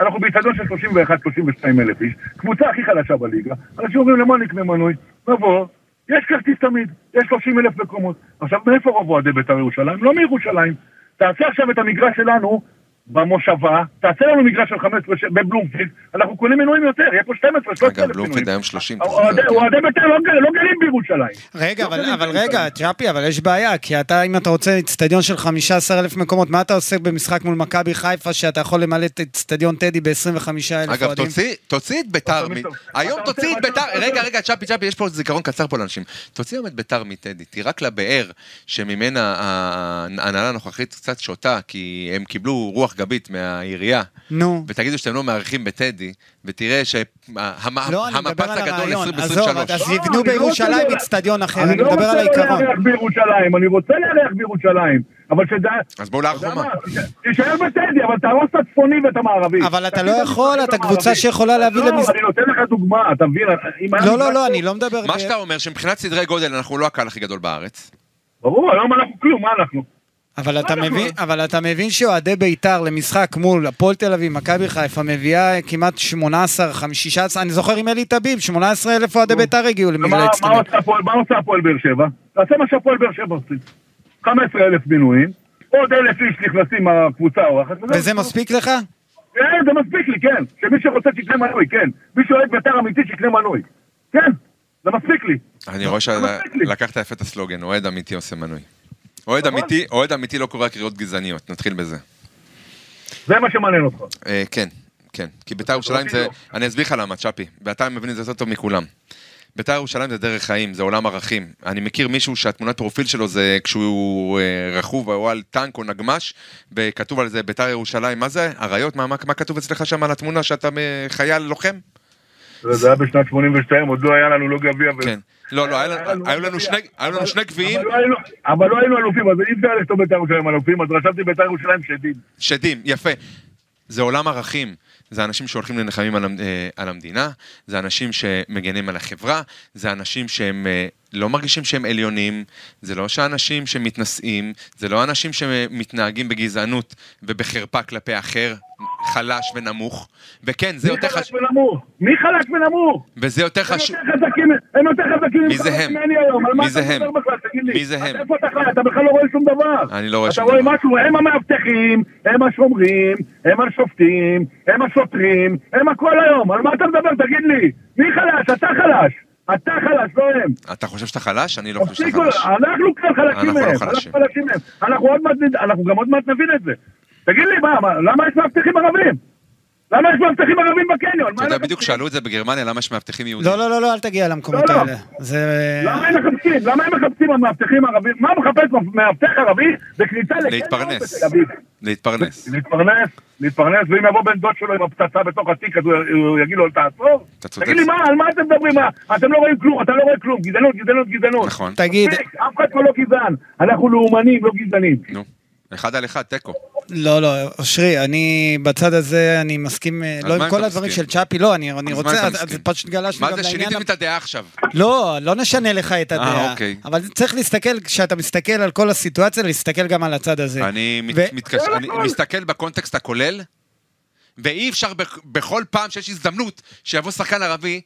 אנחנו באיצטדיון של 31-32 אלף איש, קבוצה הכי חלשה בליגה, אנשים אומרים למה נקנה מנוי? נבוא, יש כרטיס תמיד, יש 30 אלף מקומות. עכשיו, מאיפה רוב אוהדי בית"ר ירושלים? לא מירושלים. תעשה עכשיו את המגרש שלנו במושבה, תעשה לנו מגרש של 15 ש- בבלומפילד, אנחנו קונים מנויים יותר, יהיה פה 12, 13
אגב,
אלף מנויים.
בלומפילד היום כן. 30.
אוהדי אוהדי בית"ר לא גר- לא גרים בירושלים.
רגע,
לא
אבל,
גרים
אבל
בירושלים.
רגע, צ'אפי, אבל יש בעיה, כי אתה, אם אתה רוצה אצטדיון של 15,000 מקומות, מה אתה עושה במשחק מול מכבי חיפה, שאתה יכול למלא את אצטדיון טדי ב-25,000 אוהדים?
אגב, תוציא, תוציא את ביתר,
אתה
מ-
רוצה-
היום
אתה
תוציא את
רוצה-
ביתר,
אתה רוצה-
רגע, רגע, צ'אפי, צ'אפי, יש פה זיכרון קצר פה לאנשים. תוציא היום את ביתר מטדי, תירק לבאר שממנה ה- ההנהלה הנוכחית קצת שותה, כי הם קיבלו רוח גבית מהעירייה,
נו.
ותגידו שאתם לא מארחים בטדי, ותראה שהמפץ
לא, אני מדבר על
הגדול
הרעיון. עזוב, אז
2023.
יבנו
אני לא רוצה
בירושלים
לה-
אצטדיון אחר,
אני
אני
לא
מדבר
רוצה
על העיקרון.
לארח בירושלים, אני רוצה לארח בירושלים, אבל שזה...
אז בואו להר
אתה יודע
חומה.
מה, תישאר בטדי, אבל תהרוס את הצפוני ואת המערבי.
אבל אתה
תגיד
לא
את
יכול,
הצפוני
אתה
ואת
קבוצה
המערבי.
שיכולה להביא למס-
לא, אני נותן לך דוגמה, אתה מבין? אם היה
לא, לא,
מגרש
לא,
פה-
אני לא מדבר...
מה שאתה אומר, שמבחינת סדרי גודל אנחנו לא הקהל הכי גדול בארץ.
ברור, היום אנחנו כלום, מה אנחנו?
אבל אתה
אנחנו-
מבין, אבל אתה מבין שאוהדי בית"ר למשחק מול הפועל תל אביב, מכבי חיפה, מביאה כמעט 18, 15, אני זוכר עם אלי טביב, 18 אלף אוהדי בית"ר הגיעו
ומה-
למילא
מה
לא אצטדיון.
עושה הפועל- מה עושה הפועל באר שבע? תעשה מה שהפועל באר שבע עושים. 15 אלף מינויים, עוד אלף איש נכנסים מהקבוצה האורחת. וזהו.
וזה מספיק לך?
כן, זה מספיק לי, כן. שמי שרוצה שיקנה מנוי, כן. מי שאוהד בית"ר אמיתי שיקנה מנוי. כן, זה מספיק לי.
אני רואה
לא, מספיק לי.
שלקחת יפה את הסלוגן, אוהד אמיתי עושה מנוי. אוהד אמיתי, אוהד אמיתי לא קורא קריאות גזעניות, נתחיל בזה.
זה מה שמעניין אותך.
אה, כן, כן. כי ביתר
לא
ירושלים זה... אני אסביר לך למה, צ'אפי. ואתה מבין את זה יותר טוב מכולם. ביתר ירושלים זה דרך חיים, זה עולם ערכים. אני מכיר מישהו שהתמונת פרופיל שלו זה כשהוא אה, רכוב או על טנק או נגמש, וכתוב על זה ביתר ירושלים. מה זה? אריות? מה, מה, מה כתוב אצלך שם על התמונה שאתה אה, חייל לוחם?
זה היה בשנת 82, עוד לא היה לנו לא גביע. ו-
כן. לא, לא, היה לנו-
היה לנו
היו לנו
גביע.
שני- היו לנו
אבל-
שני גביעים,
אבל לא היינו- אבל לא היינו אלופים, אז אי אפשר לכתוב בית"ר ירושלים אלופים, אז רשמתי בית"ר ירושלים שדים.
שדים, יפה. זה עולם ערכים. זה אנשים שהולכים לנחמים על, המ- אה, על המדינה, זה אנשים שמגנים על החברה, זה אנשים שהם אה, לא מרגישים שהם עליונים, זה לא שאנשים שמתנשאים, זה לא אנשים שמתנהגים בגזענות ובחרפה כלפי אחר, חלש ונמוך. וכן, זה
מי
יותר
חלש
חשוב,
ונמוך? מי חלש ונמוך?
וזה יותר
הם
חשוב.
יותר חזקים- הם יותר חזקים
מי זה
ממך
הם?
ממני היום, על מה
מי זה
אתה
הם?
מדבר בכלל, תגיד לי.
מי זה הם?
אתה איפה אתה חי? אתה בכלל לא רואה שום דבר.
אני לא רואה שום
אתה
דבר.
רואה משהו, הם המאבטחים, הם השומרים, הם השופטים, הם השוטרים, הם הכל היום, על מה אתה מדבר? תגיד לי. מי חלש? אתה חלש. אתה חלש, לא הם.
אתה חושב שאתה חלש? אני לא חושב שאתה
תפסיקו,
חלש.
אנחנו כאן
אנחנו
חלשים
לא
מהם,
חלשים.
אנחנו חלשים מהם. אנחנו עוד מעט, נד- אנחנו גם עוד מעט נבין את זה. תגיד לי, מה, מה- למה יש מאבטחים ערבים? למה יש מאבטחים ערבים בקניון?
אתה יודע, בדיוק שאלו את זה בגרמניה, למה יש מאבטחים יהודים?
לא, לא, לא, לא, אל תגיע למקומות
לא, לא.
האלה. זה...
למה הם מחפשים? למה הם מחפשים המאבטחים הערבים? מה מחפש מאבטח ערבי בכניסה לקניון
להתפרנס.
בתל אביב?
להתפרנס.
להתפרנס, להתפרנס, ואם יבוא בן דוד שלו עם הפצצה בתוך התיק, אז הוא- הוא יגיד לו, תעצור?
אתה צודק.
תגיד לי, מה, על מה אתם מדברים? מה, אתם לא רואים כלום, אתה לא רואה כלום, גזענות, גזענות, גזענות.
נכון.
תגיד,
מספיק, אף אחד פה לא גזען, אנחנו לאומנים, לא גזענים.
נו. אחד על אחד, תיקו.
לא, לא, אשרי, אני בצד הזה, אני מסכים, אה,
אז
לא
מה
עם
אם
כל
אתה
הדברים
מסכים?
של צ'אפי, לא, אני אני
אז
רוצה,
מה אתה
אז- אז
מסכים?
פשוט גלשנו
מה
גם
זה,
לעניין...
שיניתם את הדעה עכשיו.
לא, לא נשנה לך את הדעה.
אוקיי.
אבל צריך להסתכל, כשאתה מסתכל על כל הסיטואציה, להסתכל גם על הצד הזה.
אני, מת,
ו-
מתקשר, אני מסתכל בקונטקסט הכולל, ואי אפשר בכ- בכל פעם שיש הזדמנות שיבוא שחקן ערבי,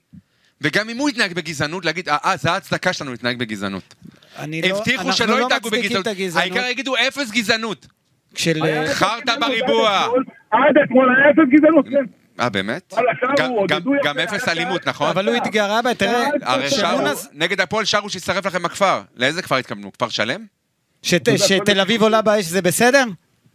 וגם אם הוא יתנהג בגזענות, להגיד, אה, אה, זה ההצדקה שלנו להתנהג בגזענות.
אני לא-
הבטיחו
אנחנו
שלא
לא
יתנהגו
מצדיקים את
בגזענות,
הגזענות.
העיקר יגידו אפס גזענות.
כשל...
אה,
חרטא בריבוע.
עד אתמול היה אפס גזענות, כן.
אה, באמת?
וואלה, שרו,
גם-
עודדו
גם-
יפה,
גם אפס
היה
אלימות,
שעה.
נכון?
אה, אבל הוא התגרה בה, תראה,
אה,
הרי שרו,
שמונס-
נגד הפועל שרו שישרף לכם הכפר. לאיזה כפר התכוונו? כפר שלם?
שת- שתל אביב עולה באש זה בסדר?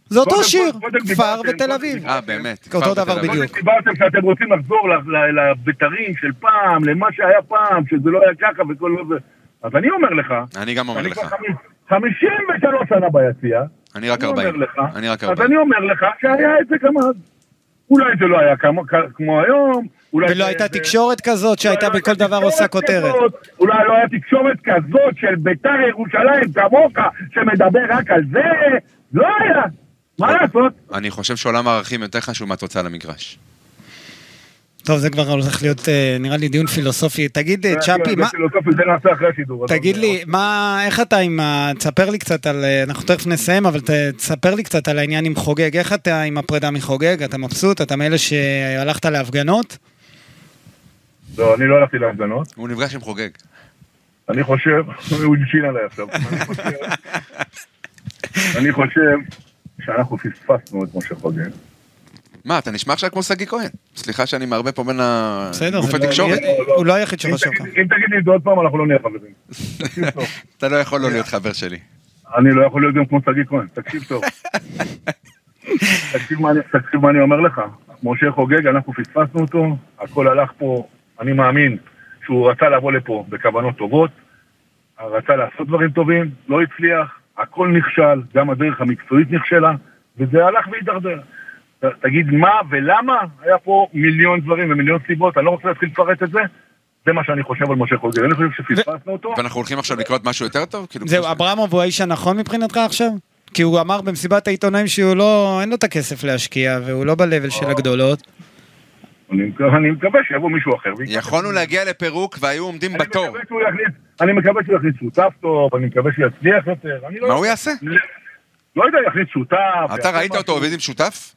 זה
קודם
אותו
כל,
שיר,
קודם דיברתם,
כפר
קודם
ותל אביב.
אה, באמת.
אותו
כפר
דבר
בתל אביב.
בדיוק.
דיברתם שאתם רוצים לחזור ל- ל- לבית"רים של פעם, למה שהיה פעם, שזה לא היה ככה וכל לא זה. אז אני אומר לך,
אני גם אומר
אני
לך.
כבר חמיש- 53 שנה ביציאה,
אני רק
אני אומר
40.
לך,
אני רק
אז
40.
אני אומר לך שהיה את זה גם אז. אולי זה לא היה כמו- כמו היום, אולי...
ולא
זה-
הייתה
זה-
תקשורת כזאת שהייתה
אולי אה, לא
בכל
הייתה
דבר
תקשורת
עושה כותרת.
כזאת, אולי לא הייתה תקשורת כזאת של ביתר ירושלים כמוך, שמדבר רק על זה, לא היה. מה לעשות?
אני חושב שעולם הערכים יותר חשוב מהתוצאה למגרש.
טוב, זה כבר הולך להיות, אה, נראה לי, דיון פילוסופי. תגיד, אה, צ'אפי, מה...
פילוסופי, זה נעשה אחרי השידור. אז
תגיד
לא
לי, מה, איך אתה עם ה... תספר לי קצת על... אה, אנחנו תכף נסיים, אבל ת- תספר לי קצת על העניין עם חוגג. איך אתה עם הפרידה מחוגג? אתה מבסוט? אתה מאלה שהלכת להפגנות?
לא, אני לא הלכתי להפגנות.
הוא נפגש עם חוגג.
אני חושב, הוא הלשין עליי עכשיו. אני חושב- אני חושב שאנחנו פספסנו את משה חוגג.
מה, אתה נשמע עכשיו כמו שגיא כהן. סליחה שאני מערבב פה בין
בסדר, זה
הגופי
לא-
תקשורת.
הוא לא היחיד שחושב
אם
ככה.
תגיד- אם תגיד לי את זה עוד פעם, אנחנו לא נהיה חברים. תקשיב טוב.
אתה לא יכול לא להיות חבר שלי.
אני לא יכול להיות גם כמו שגיא כהן, תקשיב טוב. תקשיב מה אני- תקשיב מה אני אומר לך. משה חוגג, אנחנו פספסנו אותו, הכל הלך פה, אני מאמין שהוא רצה לבוא לפה בכוונות טובות, רצה לעשות דברים טובים, לא הצליח, הכל נכשל, גם הדרך המקצועית נכשלה, וזה הלך והידרדר. ת- תגיד מה ולמה, היה פה מיליון דברים ומיליון סיבות, אני לא רוצה להתחיל לפרט את זה, זה מה שאני חושב על משה חוגג, אני חושב שפספסנו אותו.
ואנחנו הולכים עכשיו לקראת משהו יותר טוב? כאילו,
זהו, אברמוב הוא האיש הנכון מבחינתך עכשיו? כי הוא אמר במסיבת העיתונאים שהוא לא... אין לו את הכסף להשקיע, והוא לא ב-level של הגדולות.
אני מקווה- אני מקווה שיבוא מישהו אחר. ויקח
יכולנו להגיע לפירוק והיו עומדים
אני
בתור.
מקווה שהוא יחליט, אני מקווה שהוא יחליט שותף טוב, אני מקווה שהוא יצליח יותר, אני לא...
מה הוא יעשה?
לא יודע, יחליט שותף.
אתה
יעשה
ראית
משהו.
אותו עובד עם שותף?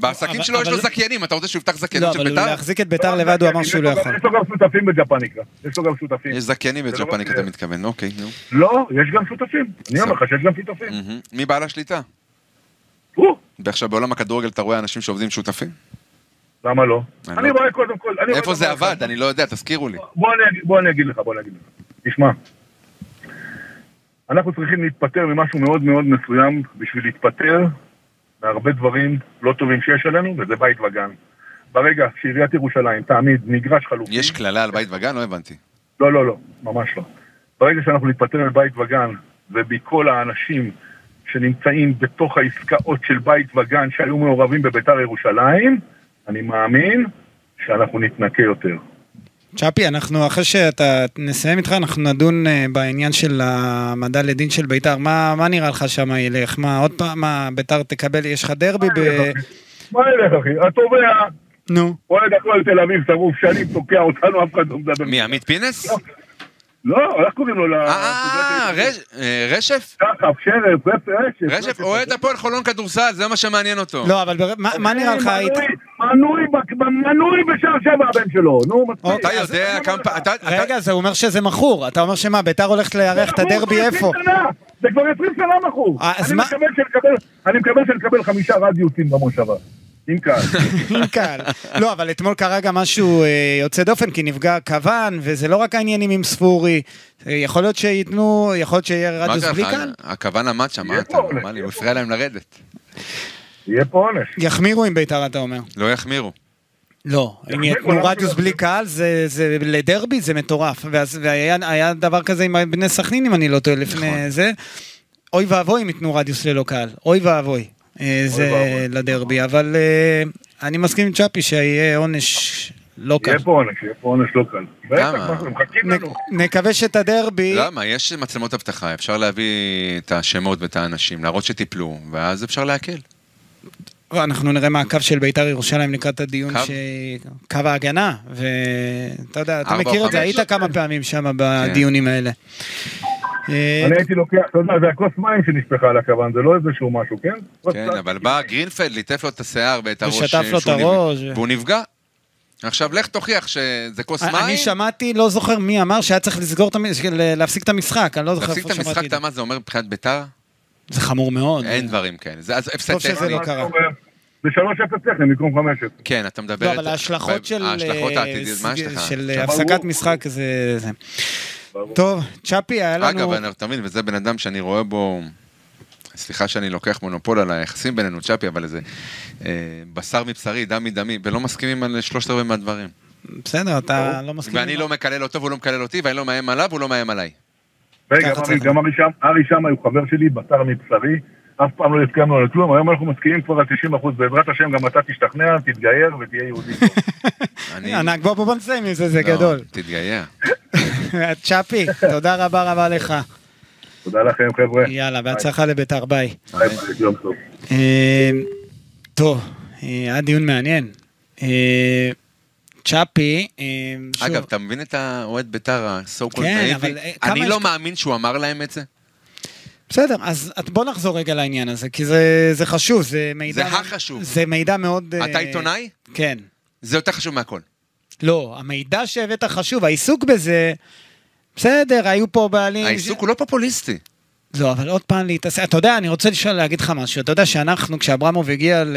בעסקים
אבל-
שלו יש לו
אבל-
זכיינים, אתה רוצה שהוא יפתח
לא,
זכיינות
אבל
של
הוא
בית"ר?
להחזיק את ביתר לבד, הוא אמר שהוא לא
יש לו
יכול.
גם- יש לו גם שותפים בג'פניקה, יש לו גם שותפים.
יש זכיינים
זה לא
בג'פניקה,
רק-
אתה מתכוון, אוקיי, נו.
לא, יש גם שותפים. אני אומר לך שיש גם שותפים.
מהמם. מי בעל השליטה?
הוא,
ועכשיו בעולם הכדורגל אתה רואה אנשים שעובדים עם שותפים?
למה לא?
אני
אני
לא-
רואה קודם כל... אני רואה
איפה זה
דבר אחד.
עבד? אני לא יודע, תזכירו לי.
בוא אני אגיד- בוא אני אגיד לך, בוא אני אגיד לך. תשמע, אנחנו צריכים להתפטר ממשהו מאוד מאוד מסוים בשביל להתפטר מהרבה דברים לא טובים שיש עלינו, וזה בית וגן. ברגע שעיריית ירושלים תעמיד מגרש חלופי...
יש קללה על בית וגן? לא הבנתי.
לא, לא, לא, ממש לא. ברגע שאנחנו נתפטר מבית וגן, ומכל האנשים שנמצאים בתוך העסקאות של בית וגן שהיו מעורבים בביתר ירושלים, אני מאמין שאנחנו נתנקה יותר.
צ'אפי, אנחנו אחרי שאתה נסיים איתך, אנחנו נדון אה, בעניין של המדע לדין של ביתר. מה, מה נראה לך שם ילך? מה, עוד פעם, מה, ביתר תקבל, יש לך דרבי ב...
מה ילך אחי? התובע,
נו.
אוהד הפועל תל אביב שרוף שנים, תוקע אותנו, אף אחד לא מדבר.
מי, עמית פינס?
לא, איך קוראים לו? ל-
אה, רש- אה, רשף?
שחף, שרף, רפ, רשף.
רשף אוהד הפועל חולון כדורסל, זה מה שמעניין אותו.
לא, אבל בר... מה, מה נראה לך היית?
מנוי, מנוי, בק- מנוי בשער שבע הבן שלו, נו,
אוקיי,
מספיק.
אתה יודע כמה...
לא?
פ- אתה- אתה-
אה, רגע, זה אומר שזה מכור. אתה אומר שמה, ביתר הולכת לארח את הדרבי
עשרים
איפה?
שנה, זה כבר 20 שנה מכור.
אה, אז
אני
מה-
מקווה שנקבל- אני מקווה שנקבל חמישה רדיוסים במושבה. עם קהל.
קל. לא, אבל אתמול קרה גם משהו אה, יוצא דופן, כי נפגע כוון, וזה לא רק העניינים עם ספורי. אה, יכול להיות שייתנו, יכול להיות שיהיה
מה
רדיוס
קרה
בלי
לך?
קהל?
הכוון עמד שם, מה
יהיה
אתה
פה עונש,
נורמלי? הוא
יהיה פה.
הפריע להם לרדת.
יהיה פה עונש.
יחמירו עם ביתר, אתה אומר.
לא יחמירו.
לא, אם יתנו רדיוס בלי קהל, זה, זה לדרבי זה מטורף. ואז, והיה היה דבר כזה עם בני סכנין, אם אני לא טועה, לפני
נכון.
זה. אוי ואבוי אם יתנו רדיוס ללא קהל, אוי ואבוי. אה, זה
ואבוי.
לדרבי, אבל אה, אני מסכים עם צ'אפי שיהיה עונש לא קל.
יהיה פה עונש, יהיה פה עונש לא קל. בטח, אנחנו מחכים לנו.
נק- נקווה שאת הדרבי...
למה? יש מצלמות אבטחה, אפשר להביא את השמות ואת האנשים, להראות שטיפלו, ואז אפשר להקל.
אנחנו נראה מעקב של בית"ר ירושלים לקראת הדיון
קו?
ש... קו ההגנה, ואתה יודע, אתה
ארבע או
מכיר את זה,
חמש. כן.
היית כמה פעמים שם בדיונים האלה. אה,
אני הייתי לוקח, אתה יודע, זה הכוס מים שנשפכה על הכוון, זה לא איזשהו משהו, כן?
כן, אבל בא גרינפלד, ליטף לו את השיער ואת הראש. אה,
ושטף לו את
שהוא נפ-
הראש.
והוא נפגע. עכשיו לך תוכיח שזה כוס מים.
אני שמעתי, לא זוכר מי אמר שהיה צריך לסגור את המש... להפסיק את המשחק, אני לא זוכר
להפסיק את
איפה
המשחק,
שמעתי את זה.
אתה יודע מה זה אומר מבחינת ביתר?
זה חמור מאוד. לא,
אין דברים כאלה. זה אז הפסד
טוב שזה
טכני.
לא קרה.
זה 3-0 טכני במקום 5-0.
כן, אתה מדבר...
לא,
את-
אבל ההשלכות של...
ההשלכות
אה,
העתידיות, מה יש לך?
של
עכשיו,
הפסקת
ברור.
משחק זה... זה.
ברור.
טוב, צ'אפי, היה
אגב,
לנו...
אני- אתה מבין, וזה בן אדם שאני רואה בו... סליחה שאני לוקח מונופול על היחסים בינינו, צ'אפי, אבל זה אה, בשר מבשרי, דם מדמי, ולא מסכימים על שלושת רבעי מהדברים.
בסדר, אתה לא מסכים.
ואני לא מקלל אותו והוא לא מקלל אותי, ואני לא מאיים עליו והוא לא מאיים עליי.
רגע,
ככה
אבל
צריך.
גם ארי שם, ארי שמה הוא חבר שלי, בשר מבשרי, אף פעם לא הסכמנו על כלום, היום אנחנו מסכימים כבר על 90%, בעזרת השם גם אתה תשתכנע, תתגייר ותהיה יהודי.
אני...
אה, ענק, בוא בוא בוא נסיים עם זה, זה
לא,
גדול.
תתגייר.
צ'אפי, תודה רבה רבה לך.
תודה לכם חבר'ה.
יאללה, בהצלחה אמ, לביתר, ביי.
ביי, ביי, יום טוב.
אה, טוב, אה, היה דיון מעניין. אה, צ'אפי, אה, שוב-
אגב, אתה מבין את האוהד ביתר, הסו קול
כן,
נאיבי?
אבל, אה, כמה
אני
יש-
לא מאמין שהוא אמר להם את זה.
בסדר, אז את- בוא נחזור רגע לעניין הזה, כי זה, זה חשוב, זה מידע...
זה החשוב.
זה מידע מאוד... אה,
אתה עיתונאי?
כן.
זה יותר חשוב מהכל.
לא, המידע שהבאת חשוב, העיסוק בזה... בסדר, היו פה בעלים...
העיסוק הוא לא פופוליסטי.
לא, אבל עוד פעם להתעסק, אתה יודע, אני רוצה לשאול, להגיד לך משהו, אתה יודע שאנחנו, כשאברמוב הגיע ל-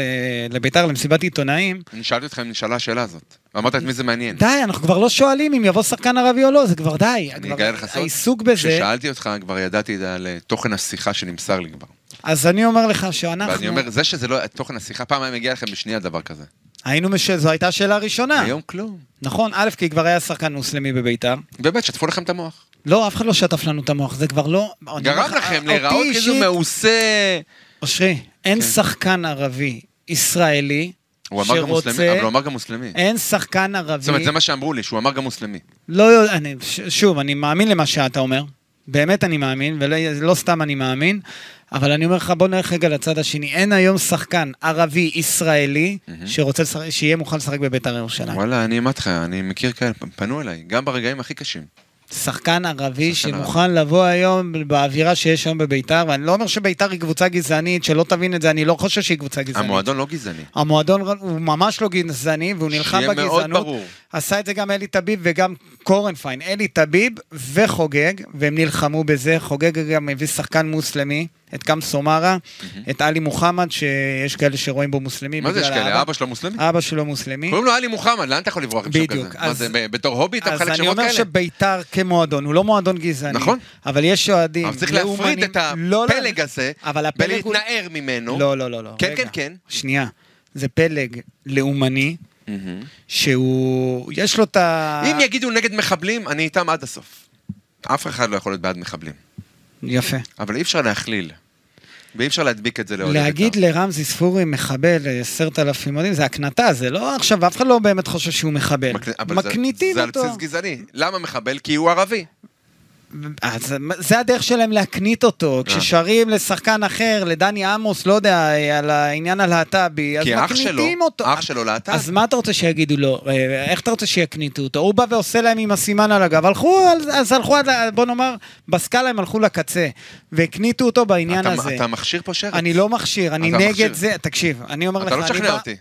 לביתר למסיבת עיתונאים,
אני שאלתי אותך אם נשאלה השאלה הזאת. אמרת את מי זה מעניין.
די, אנחנו כבר לא שואלים אם יבוא שחקן ערבי או לא, זה כבר די.
אני
כבר-
אגלה לך סוד.
העיסוק בזה,
כששאלתי אותך, כבר ידעתי על אה, תוכן השיחה שנמסר לי כבר.
אז אני אומר לך שאנחנו,
ואני אומר, זה שזה לא תוכן השיחה, פעם היה מגיע לכם בשנייה דבר כזה.
היינו, מש... זו הייתה השאלה הראשונה.
היום כלום.
נכון, א', כי כבר היה שחקן מוסלמי בביתר.
באמת, שטפו לכם את המוח.
לא, אף אחד לא שטף לנו את המוח, זה כבר לא... אני אומר
גרם
לך,
לכם
אותי
להיראות כאילו
אישית-
מעושה.
אושרי, אין שחקן ערבי ישראלי
הוא אמר גם מוסלמי,
שרוצה...
אבל הוא אמר גם מוסלמי.
אין שחקן ערבי...
זאת אומרת, זה מה שאמרו לי, שהוא אמר גם מוסלמי.
לא יודע, אני- ש- שוב, אני מאמין למה שאתה אומר. באמת אני מאמין, ולא לא סתם אני מאמין, אבל אני אומר לך, בוא נלך רגע לצד השני. אין היום שחקן ערבי ישראלי שרוצה לשחק, שיהיה מוכן לשחק בביתר ירושלים.
וואלה, אני אמרתי לך, אני מכיר כאלה, פ- פנו אליי, גם ברגעים הכי קשים.
שחקן ערבי
שחקן
שמוכן לבוא היום באווירה שיש היום בביתר, ואני לא אומר שביתר היא קבוצה גזענית, שלא תבין את זה, אני לא חושב שהיא קבוצה גזענית.
המועדון לא גזעני.
המועדון ר- הוא ממש לא גזעני, והוא נלחם
שיהיה מאוד
בגזענות.
ברור.
עשה את זה גם אלי טביב וגם קורנפיין. אלי טביב וחוגג, והם נלחמו בזה. חוגג גם הביא שחקן מוסלמי, את קאם סומארה, את עלי מוחמד, שיש כאלה שרואים בו מוסלמי.
מה זה, יש
בגלל
כאלה?
האבא.
אבא שלו מוסלמי?
אבא שלו מוסלמי.
קוראים לו עלי מוחמד, לאן אתה יכול לברוח עם שם
בדיוק,
כזה? מה
אז-
זה, ב- בתור הובי אתה
אז
מחלק
אני
שמות
אומר
כאלה?
שביתר כמועדון, הוא לא מועדון גזעני.
נכון.
אבל יש אוהדים
אבל צריך
לאומנים-
להפריד את
לא, לא,
הפלג הזה,
אבל הפלג הוא...
ולהתנער ממנו.
לא, לא, לא, לא.
כן,
רגע.
כן, כן.
שנייה. זה פלג לאומני,
מהמם.
שהוא... יש לו את ה...
אם יגידו נגד מחבלים, אני איתם עד הסוף. אף אחד לא יכול להיות בעד מחבלים.
יפה.
אבל אי אפשר להכליל. ואי אפשר להדביק את זה לאוהד בית"ר.
להגיד לרמזי ספורי מחבל אה, עשרת אלפים אוהדים, זה הקנטה, זה לא עכשיו, אף אחד לא באמת חושב שהוא מחבל.
מקנ- אבל זה-
מקניטים
זה על
אותו.
בסיס גזעני. למה מחבל? כי הוא ערבי.
אז זה הדרך שלהם להקנית אותו.
כן.
כששרים לשחקן אחר, לדני עמוס, לא יודע, על העניין הלהט"בי, אז
כי האח שלו,
מקניטים אותו.
אח שלו להט"ב.
אז מה אתה רוצה שיגידו לו? אה, איך אתה רוצה שיקניטו אותו? הוא בא ועושה להם עם הסימן על הגב. הלכו, על- אז הלכו, עד ל- בוא נאמר, בסקאלה הם הלכו לקצה. והקניטו אותו בעניין
אתה-
הזה.
אתה מכשיר פה שרץ.
אני לא מכשיר, אני
אתה
נגד
מכשיר.
זה, תקשיב, אני אומר לך,
אתה לא
אני
תשכנע
בא-
אותי.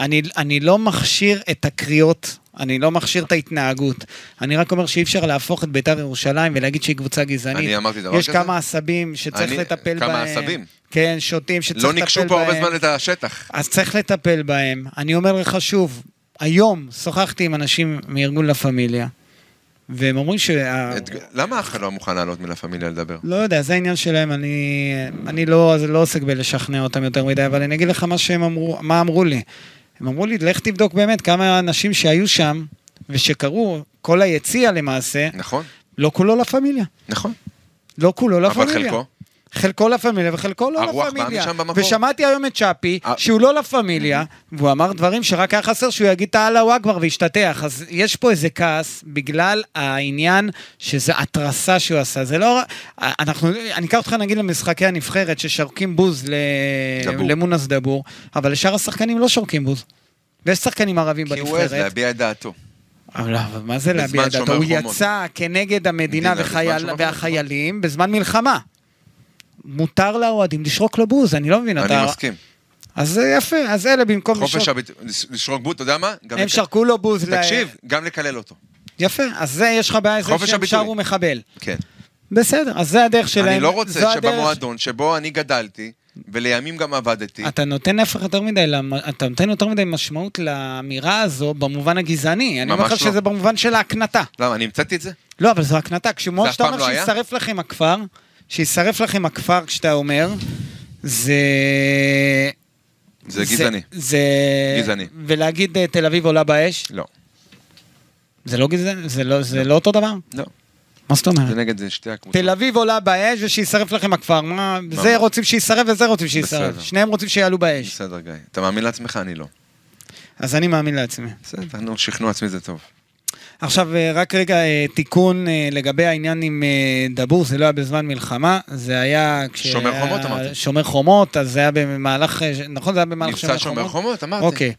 אני, אני לא מכשיר את הקריאות, אני לא מכשיר את ההתנהגות. אני רק אומר שאי אפשר להפוך את בית"ר ירושלים ולהגיד שהיא קבוצה גזענית.
אני אמרתי דבר
יש
כזה?
כמה עשבים שצריך
אני-
לטפל
כמה
בהם.
עשבים?
כן, שוטים שצריך
לא
לטפל
ניגשו
בהם.
פה הרבה זמן את השטח.
אז צריך לטפל בהם. אני אומר לך שוב, היום שוחחתי עם אנשים מארגון לה פמיליה, והם אומרים שה...
את- למה אף אחד לא מוכן לעלות מלה פמיליה לדבר?
לא יודע, זה העניין שלהם, אני, אני לא, אז לא עוסק בלשכנע אותם יותר מדי, אבל אני אגיד לך מה שהם אמרו, מה אמרו לי. הם אמרו לי, לך תבדוק באמת כמה אנשים שהיו שם ושקראו, כל היציע למעשה,
נכון,
לא כולו לה פמיליה.
נכון.
לא כולו לה
אבל
פמיליה.
חלקו?
חלקו לה פמיליה וחלקו לא
הרוח
לה
באה
פמיליה.
משם במקור.
ושמעתי היום את צ'אפי,
אה.
שהוא לא לה פמיליה, והוא אמר דברים שרק היה חסר שהוא יגיד את האללה וואגבר וישתתח. אז יש פה איזה כעס בגלל העניין שזה התרסה שהוא עשה. זה לא... אנחנו... אני אקח אותך נגיד למשחקי הנבחרת ששורקים בוז ל...
דבור.
למונס דבור, אבל לשאר השחקנים לא שורקים בוז. ויש שחקנים ערבים
כי הוא עז
בנבחרת.
להביע את דעתו.
אבל לא, אבל מה זה להביע את
בזמן
דעתו? הוא
שומר חומות.
יצא כנגד המדינה
מדינה, בזמן
וחייל,
שומר חומות.
והחיילים בזמן מלחמה. מותר לאוהדים לשרוק לבוז, אני לא מבין.
אני
אתה-
מסכים.
אז זה יפה, אז אלה במקום
חופש
לשרוק.
הביטוי, לשרוק בוט, אתה יודע מה? גם
הם
לק-
שרקו לו בוז. ל-
תקשיב, גם לקלל אותו.
יפה, אז זה יש לך בעיה עם זה
חופש
שהם
הביטוי.
שרו מחבל.
כן.
בסדר, אז זה הדרך שלהם.
אני לא
זו
רוצה
הדרך-
שבמועדון שבו אני גדלתי, ולימים גם עבדתי,
אתה נותן להפך יותר מדי, למ- אתה נותן יותר מדי משמעות לאמירה הזו במובן הגזעני. אני אומר
ממש
לך
לא.
שזה במובן של ההקנטה.
למה, אני המצאתי את זה?
לא, אבל זו הקנטה. כשמור
זה אף
שאתה
פעם
אומר
לא היה?
שישרף לכם הכפר, שישרף לכם הכפר כשאתה אומר, זה...
זה גזעני.
זה...
גזעני.
ולהגיד אה, תל אביב עולה באש,
לא.
זה לא גזעני? זה לא, זה לא אותו דבר?
לא.
מה זאת
זה
אומרת?
נגד זה שתי הקבוצות.
תל אביב עולה באש ושישרף לכם הכפר. מה, זה
ממש.
רוצים שישרף וזה רוצים שישרף.
בסדר.
שניהם רוצים שיעלו באש.
בסדר, גיא. אתה מאמין לעצמך? אני לא.
אז אני מאמין לעצמי.
בסדר, נו, שכנוע עצמי זה טוב.
עכשיו, אה, רק רגע תיקון אה, לגבי העניין עם דבור, זה לא היה בזמן מלחמה, זה היה... אה,
שומר חומות אמרתי.
שומר חומות, אז זה היה במהלך, נכון? זה היה במהלך
שומר חומות? מבצע שומר חומות, אמרתי.
אוקיי.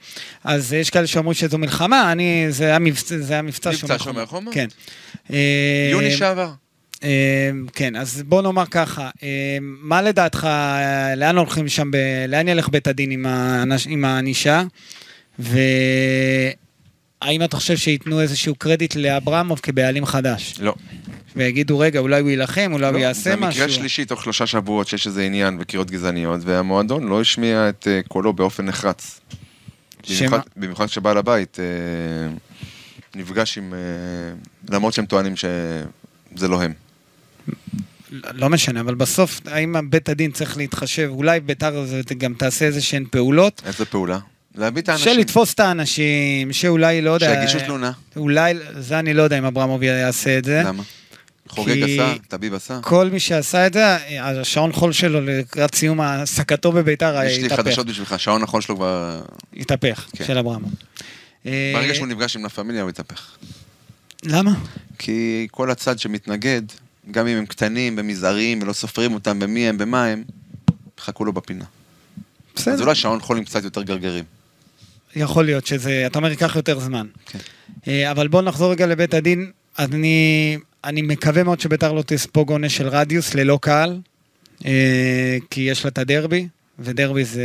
אז יש כאלה שאמרו שזו מלחמה, אני, זה היה מבצע, זה היה מבצע שומר חומות.
מבצע שומר חומות?
כן. אה,
יוני שעבר.
כן, אז בוא נאמר ככה, אמ, מה לדעתך, לאן הולכים שם, לאן ילך בית הדין עם הענישה? האם אתה חושב שייתנו איזשהו קרדיט לאברמוב כבעלים חדש?
לא.
ויגידו, רגע, אולי הוא יילחם, אולי לא, הוא יעשה משהו.
זה מקרה שלישי תוך שלושה שבועות שיש איזה עניין וקריאות גזעניות, והמועדון לא השמיע את uh, קולו באופן נחרץ. שמה? במיוחד, במיוחד כשבעל הבית uh, נפגש עם... Uh, למרות שהם טוענים שזה לא הם.
לא משנה, אבל בסוף, האם בית הדין צריך להתחשב, אולי ביתר גם תעשה איזה שהן פעולות.
איזה פעולה? להביא את האנשים.
שלתפוס את האנשים, שאולי, לא יודע...
שיגישו תלונה.
אולי, זה אני לא יודע אם אברמוב יעשה את זה.
למה? חוגג עשה, תביב עשה.
אה? כל מי שעשה את זה, השעון חול שלו לקראת סיום העסקתו בביתר
התהפך. יש לי חדשות בשבילך, שעון החול שלו כבר...
התהפך, של אברמוב. אה.
ברגע שהוא נפגש עם לה פמיליה הוא התהפך.
למה?
כי כל הצד שמתנגד, גם אם הם קטנים ומזעריים ולא סופרים אותם במי הם, במה הם, חכו לו בפינה. בסדר. אז אולי שעון חול עם קצת יותר גרגרים.
יכול להיות שזה, אתה אומר, ייקח יותר זמן. כן. אבל בואו נחזור רגע לבית הדין. אני, אני מקווה מאוד שביתר לא תספוג עונש של רדיוס ללא קהל, אה, כי יש לה את הדרבי, ודרבי זה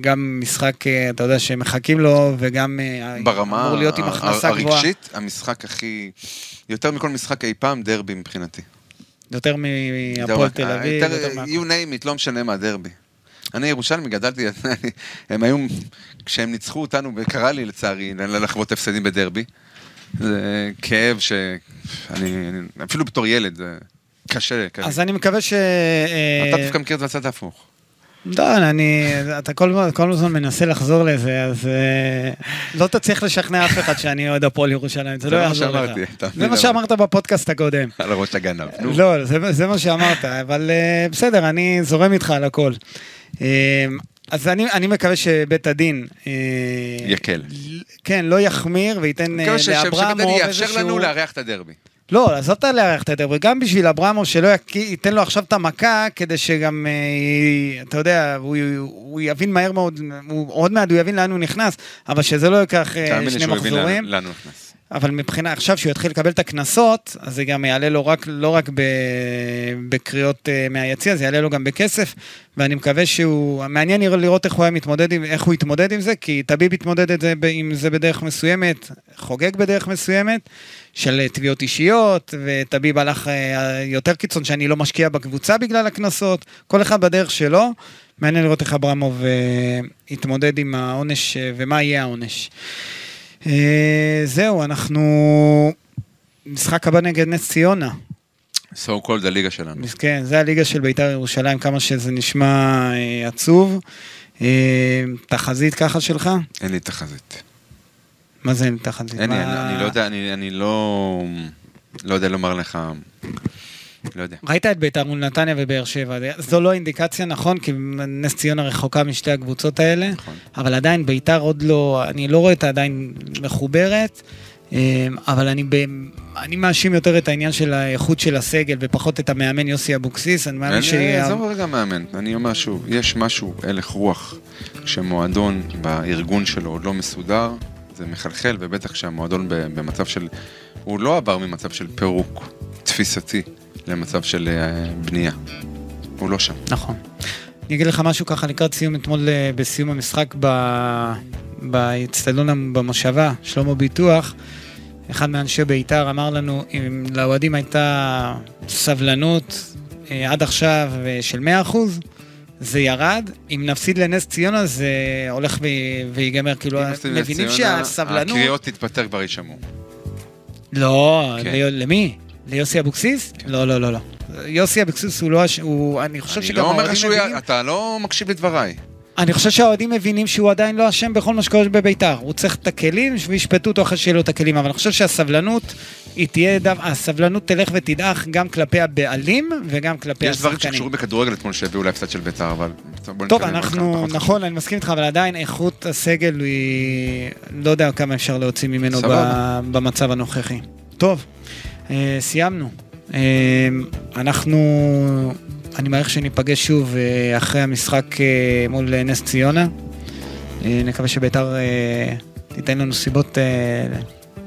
גם משחק, אה, אתה יודע, שמחכים לו, וגם אה,
כן. ברמה
אמור להיות עם הכנסה גבוהה. ברמה
הרגשית, המשחק הכי, יותר מכל משחק אי פעם, דרבי מבחינתי.
יותר מהפועל תל אביב.
אה, יותר, you name it, לא משנה מה, דרבי. אני ירושלמי, גדלתי, הם היו, כשהם ניצחו אותנו, קרה לי לצערי לחוות הפסדים בדרבי. זה כאב שאני, אני, אפילו בתור ילד, זה קשה.
אז כאב. אני מקווה ש...
כן.
אה,
אתה דווקא מכיר את הצד ההפוך.
לא, אני, אתה כל, כל הזמן מנסה לחזור לזה, אז לא תצליח לשכנע אף אחד שאני אוהד הפועל ירושלים, זה לא יעזור לך. זה מה שאמרת בפודקאסט הקודם.
על הראש הגנב, נו.
לא, זה, זה מה שאמרת, אבל אה, בסדר, אני זורם איתך על הכל. אה, אז אני, אני מקווה שבית הדין... אה,
יקל.
כן, לא יחמיר אה, וייתן לאברמוב
איזשהו... יאפשר לנו לארח את הדרבי.
לא, עזוב אותה לארח את הדרבי, גם בשביל אברמוב שלא יק... ייתן לו עכשיו את המכה, כדי שגם, אה, אתה יודע, הוא, הוא יבין מהר מאוד, הוא, עוד מעט הוא יבין לאן הוא נכנס, אבל שזה לא ייקח שני מחזורים. תאמין לי שהוא
יבין לאן הוא נכנס.
אבל מבחינה, עכשיו שהוא יתחיל לקבל את הקנסות, אז זה גם יעלה לו רק, לא רק ב, בקריאות uh, מהיציע, זה יעלה לו גם בכסף, ואני מקווה שהוא, מעניין לראות איך הוא היה מתמודד עם, איך הוא יתמודד עם זה, כי טביב התמודד את זה, עם זה בדרך מסוימת, חוגג בדרך מסוימת, של תביעות אישיות, וטביב הלך uh, יותר קיצון שאני לא משקיע בקבוצה בגלל הקנסות, כל אחד בדרך שלו. מעניין לראות איך אברמוב uh, יתמודד עם העונש אה, ומה יהיה העונש. Uh, זהו, אנחנו... משחק הבא נגד נס ציונה.
סו קולד הליגה שלנו.
כן, זה הליגה של בית"ר ירושלים, כמה שזה נשמע uh, עצוב. Uh, תחזית ככה שלך?
אין לי תחזית.
מה זה אין לי תחזית?
אין לי,
מה...
אני לא יודע, אני, אני לא... לא יודע לומר לך... לא יודע.
ראית את בית"ר מול נתניה ובאר שבע, זו לא אינדיקציה, נכון? כי נס ציונה רחוקה משתי הקבוצות האלה, נכון. אבל עדיין בית"ר עוד לא, אני לא רואה אותה עדיין מחוברת, אמ, אבל אני, ב, אני מאשים יותר את העניין של האיכות של הסגל ופחות את המאמן יוסי אבוקסיס, אני מאמין
ש... עזוב רגע מאמן, אני אומר שוב, יש משהו, הלך רוח, כשמועדון בארגון שלו עוד לא מסודר, זה מחלחל, ובטח כשהמועדון במצב של... הוא לא עבר ממצב של פירוק תפיסתי למצב של אה, בנייה. הוא לא שם.
נכון. אני אגיד לך משהו ככה לקראת סיום אתמול אה, בסיום המשחק באצטדיון במושבה, שלמה ביטוח. אחד מאנשי בית"ר אמר לנו, אם לאוהדים הייתה סבלנות אה, עד עכשיו של 100%, זה ירד, אם נפסיד לנס ציונה זה הולך ויגמר, כאילו, מבינים שהסבלנות...
הקריאות תתפטר כבר יישמעו.
לא, כן. למי? ליוסי אבוקסיס? כן. לא, לא, לא, לא. יוסי אבוקסיס הוא לא... הש... הוא... אני חושב
אני
שגם
לא
האוהדים
שהוא...
מבינים...
אתה לא מקשיב לדבריי.
אני חושב שהאוהדים מבינים שהוא עדיין לא אשם בכל מה שקורה בביתר. הוא צריך את הכלים וישפטו אותו אחרי שיהיו לו את הכלים, אבל אני חושב שהסבלנות היא תהיה, דו- הסבלנות תלך ותדעך גם כלפי הבעלים וגם כלפי
יש דברים
השחקנים.
שקשורים בכדורגל אתמול שהביאו להפסד של בית"ר, אבל... בוא
טוב,
נתקדם, אנחנו
אנחנו,
פחות-
נכון, אני מסכים איתך, אבל עדיין איכות הסגל היא... לא יודע כמה אפשר להוציא ממנו
סבבה.
ב... במצב הנוכחי. טוב, אה, סיימנו. אה, אנחנו... אני מעריך שניפגש שוב אה, אחרי המשחק אה, מול אה, נס ציונה. אה, נקווה שביתר אה, תיתן לנו סיבות אה,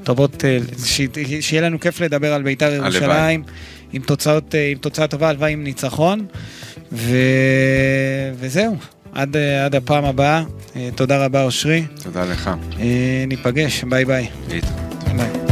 טובות, אה, ש- שיהיה לנו כיף לדבר על ביתר
הלוואי.
ירושלים, עם, תוצאות, אה, עם תוצאה טובה, הלוואי עם ניצחון, ו... וזהו, עד, אה, עד הפעם הבאה, אה, תודה רבה אושרי,
תודה לך.
אה, ניפגש, ביי ביי.
להתראות.
ביי.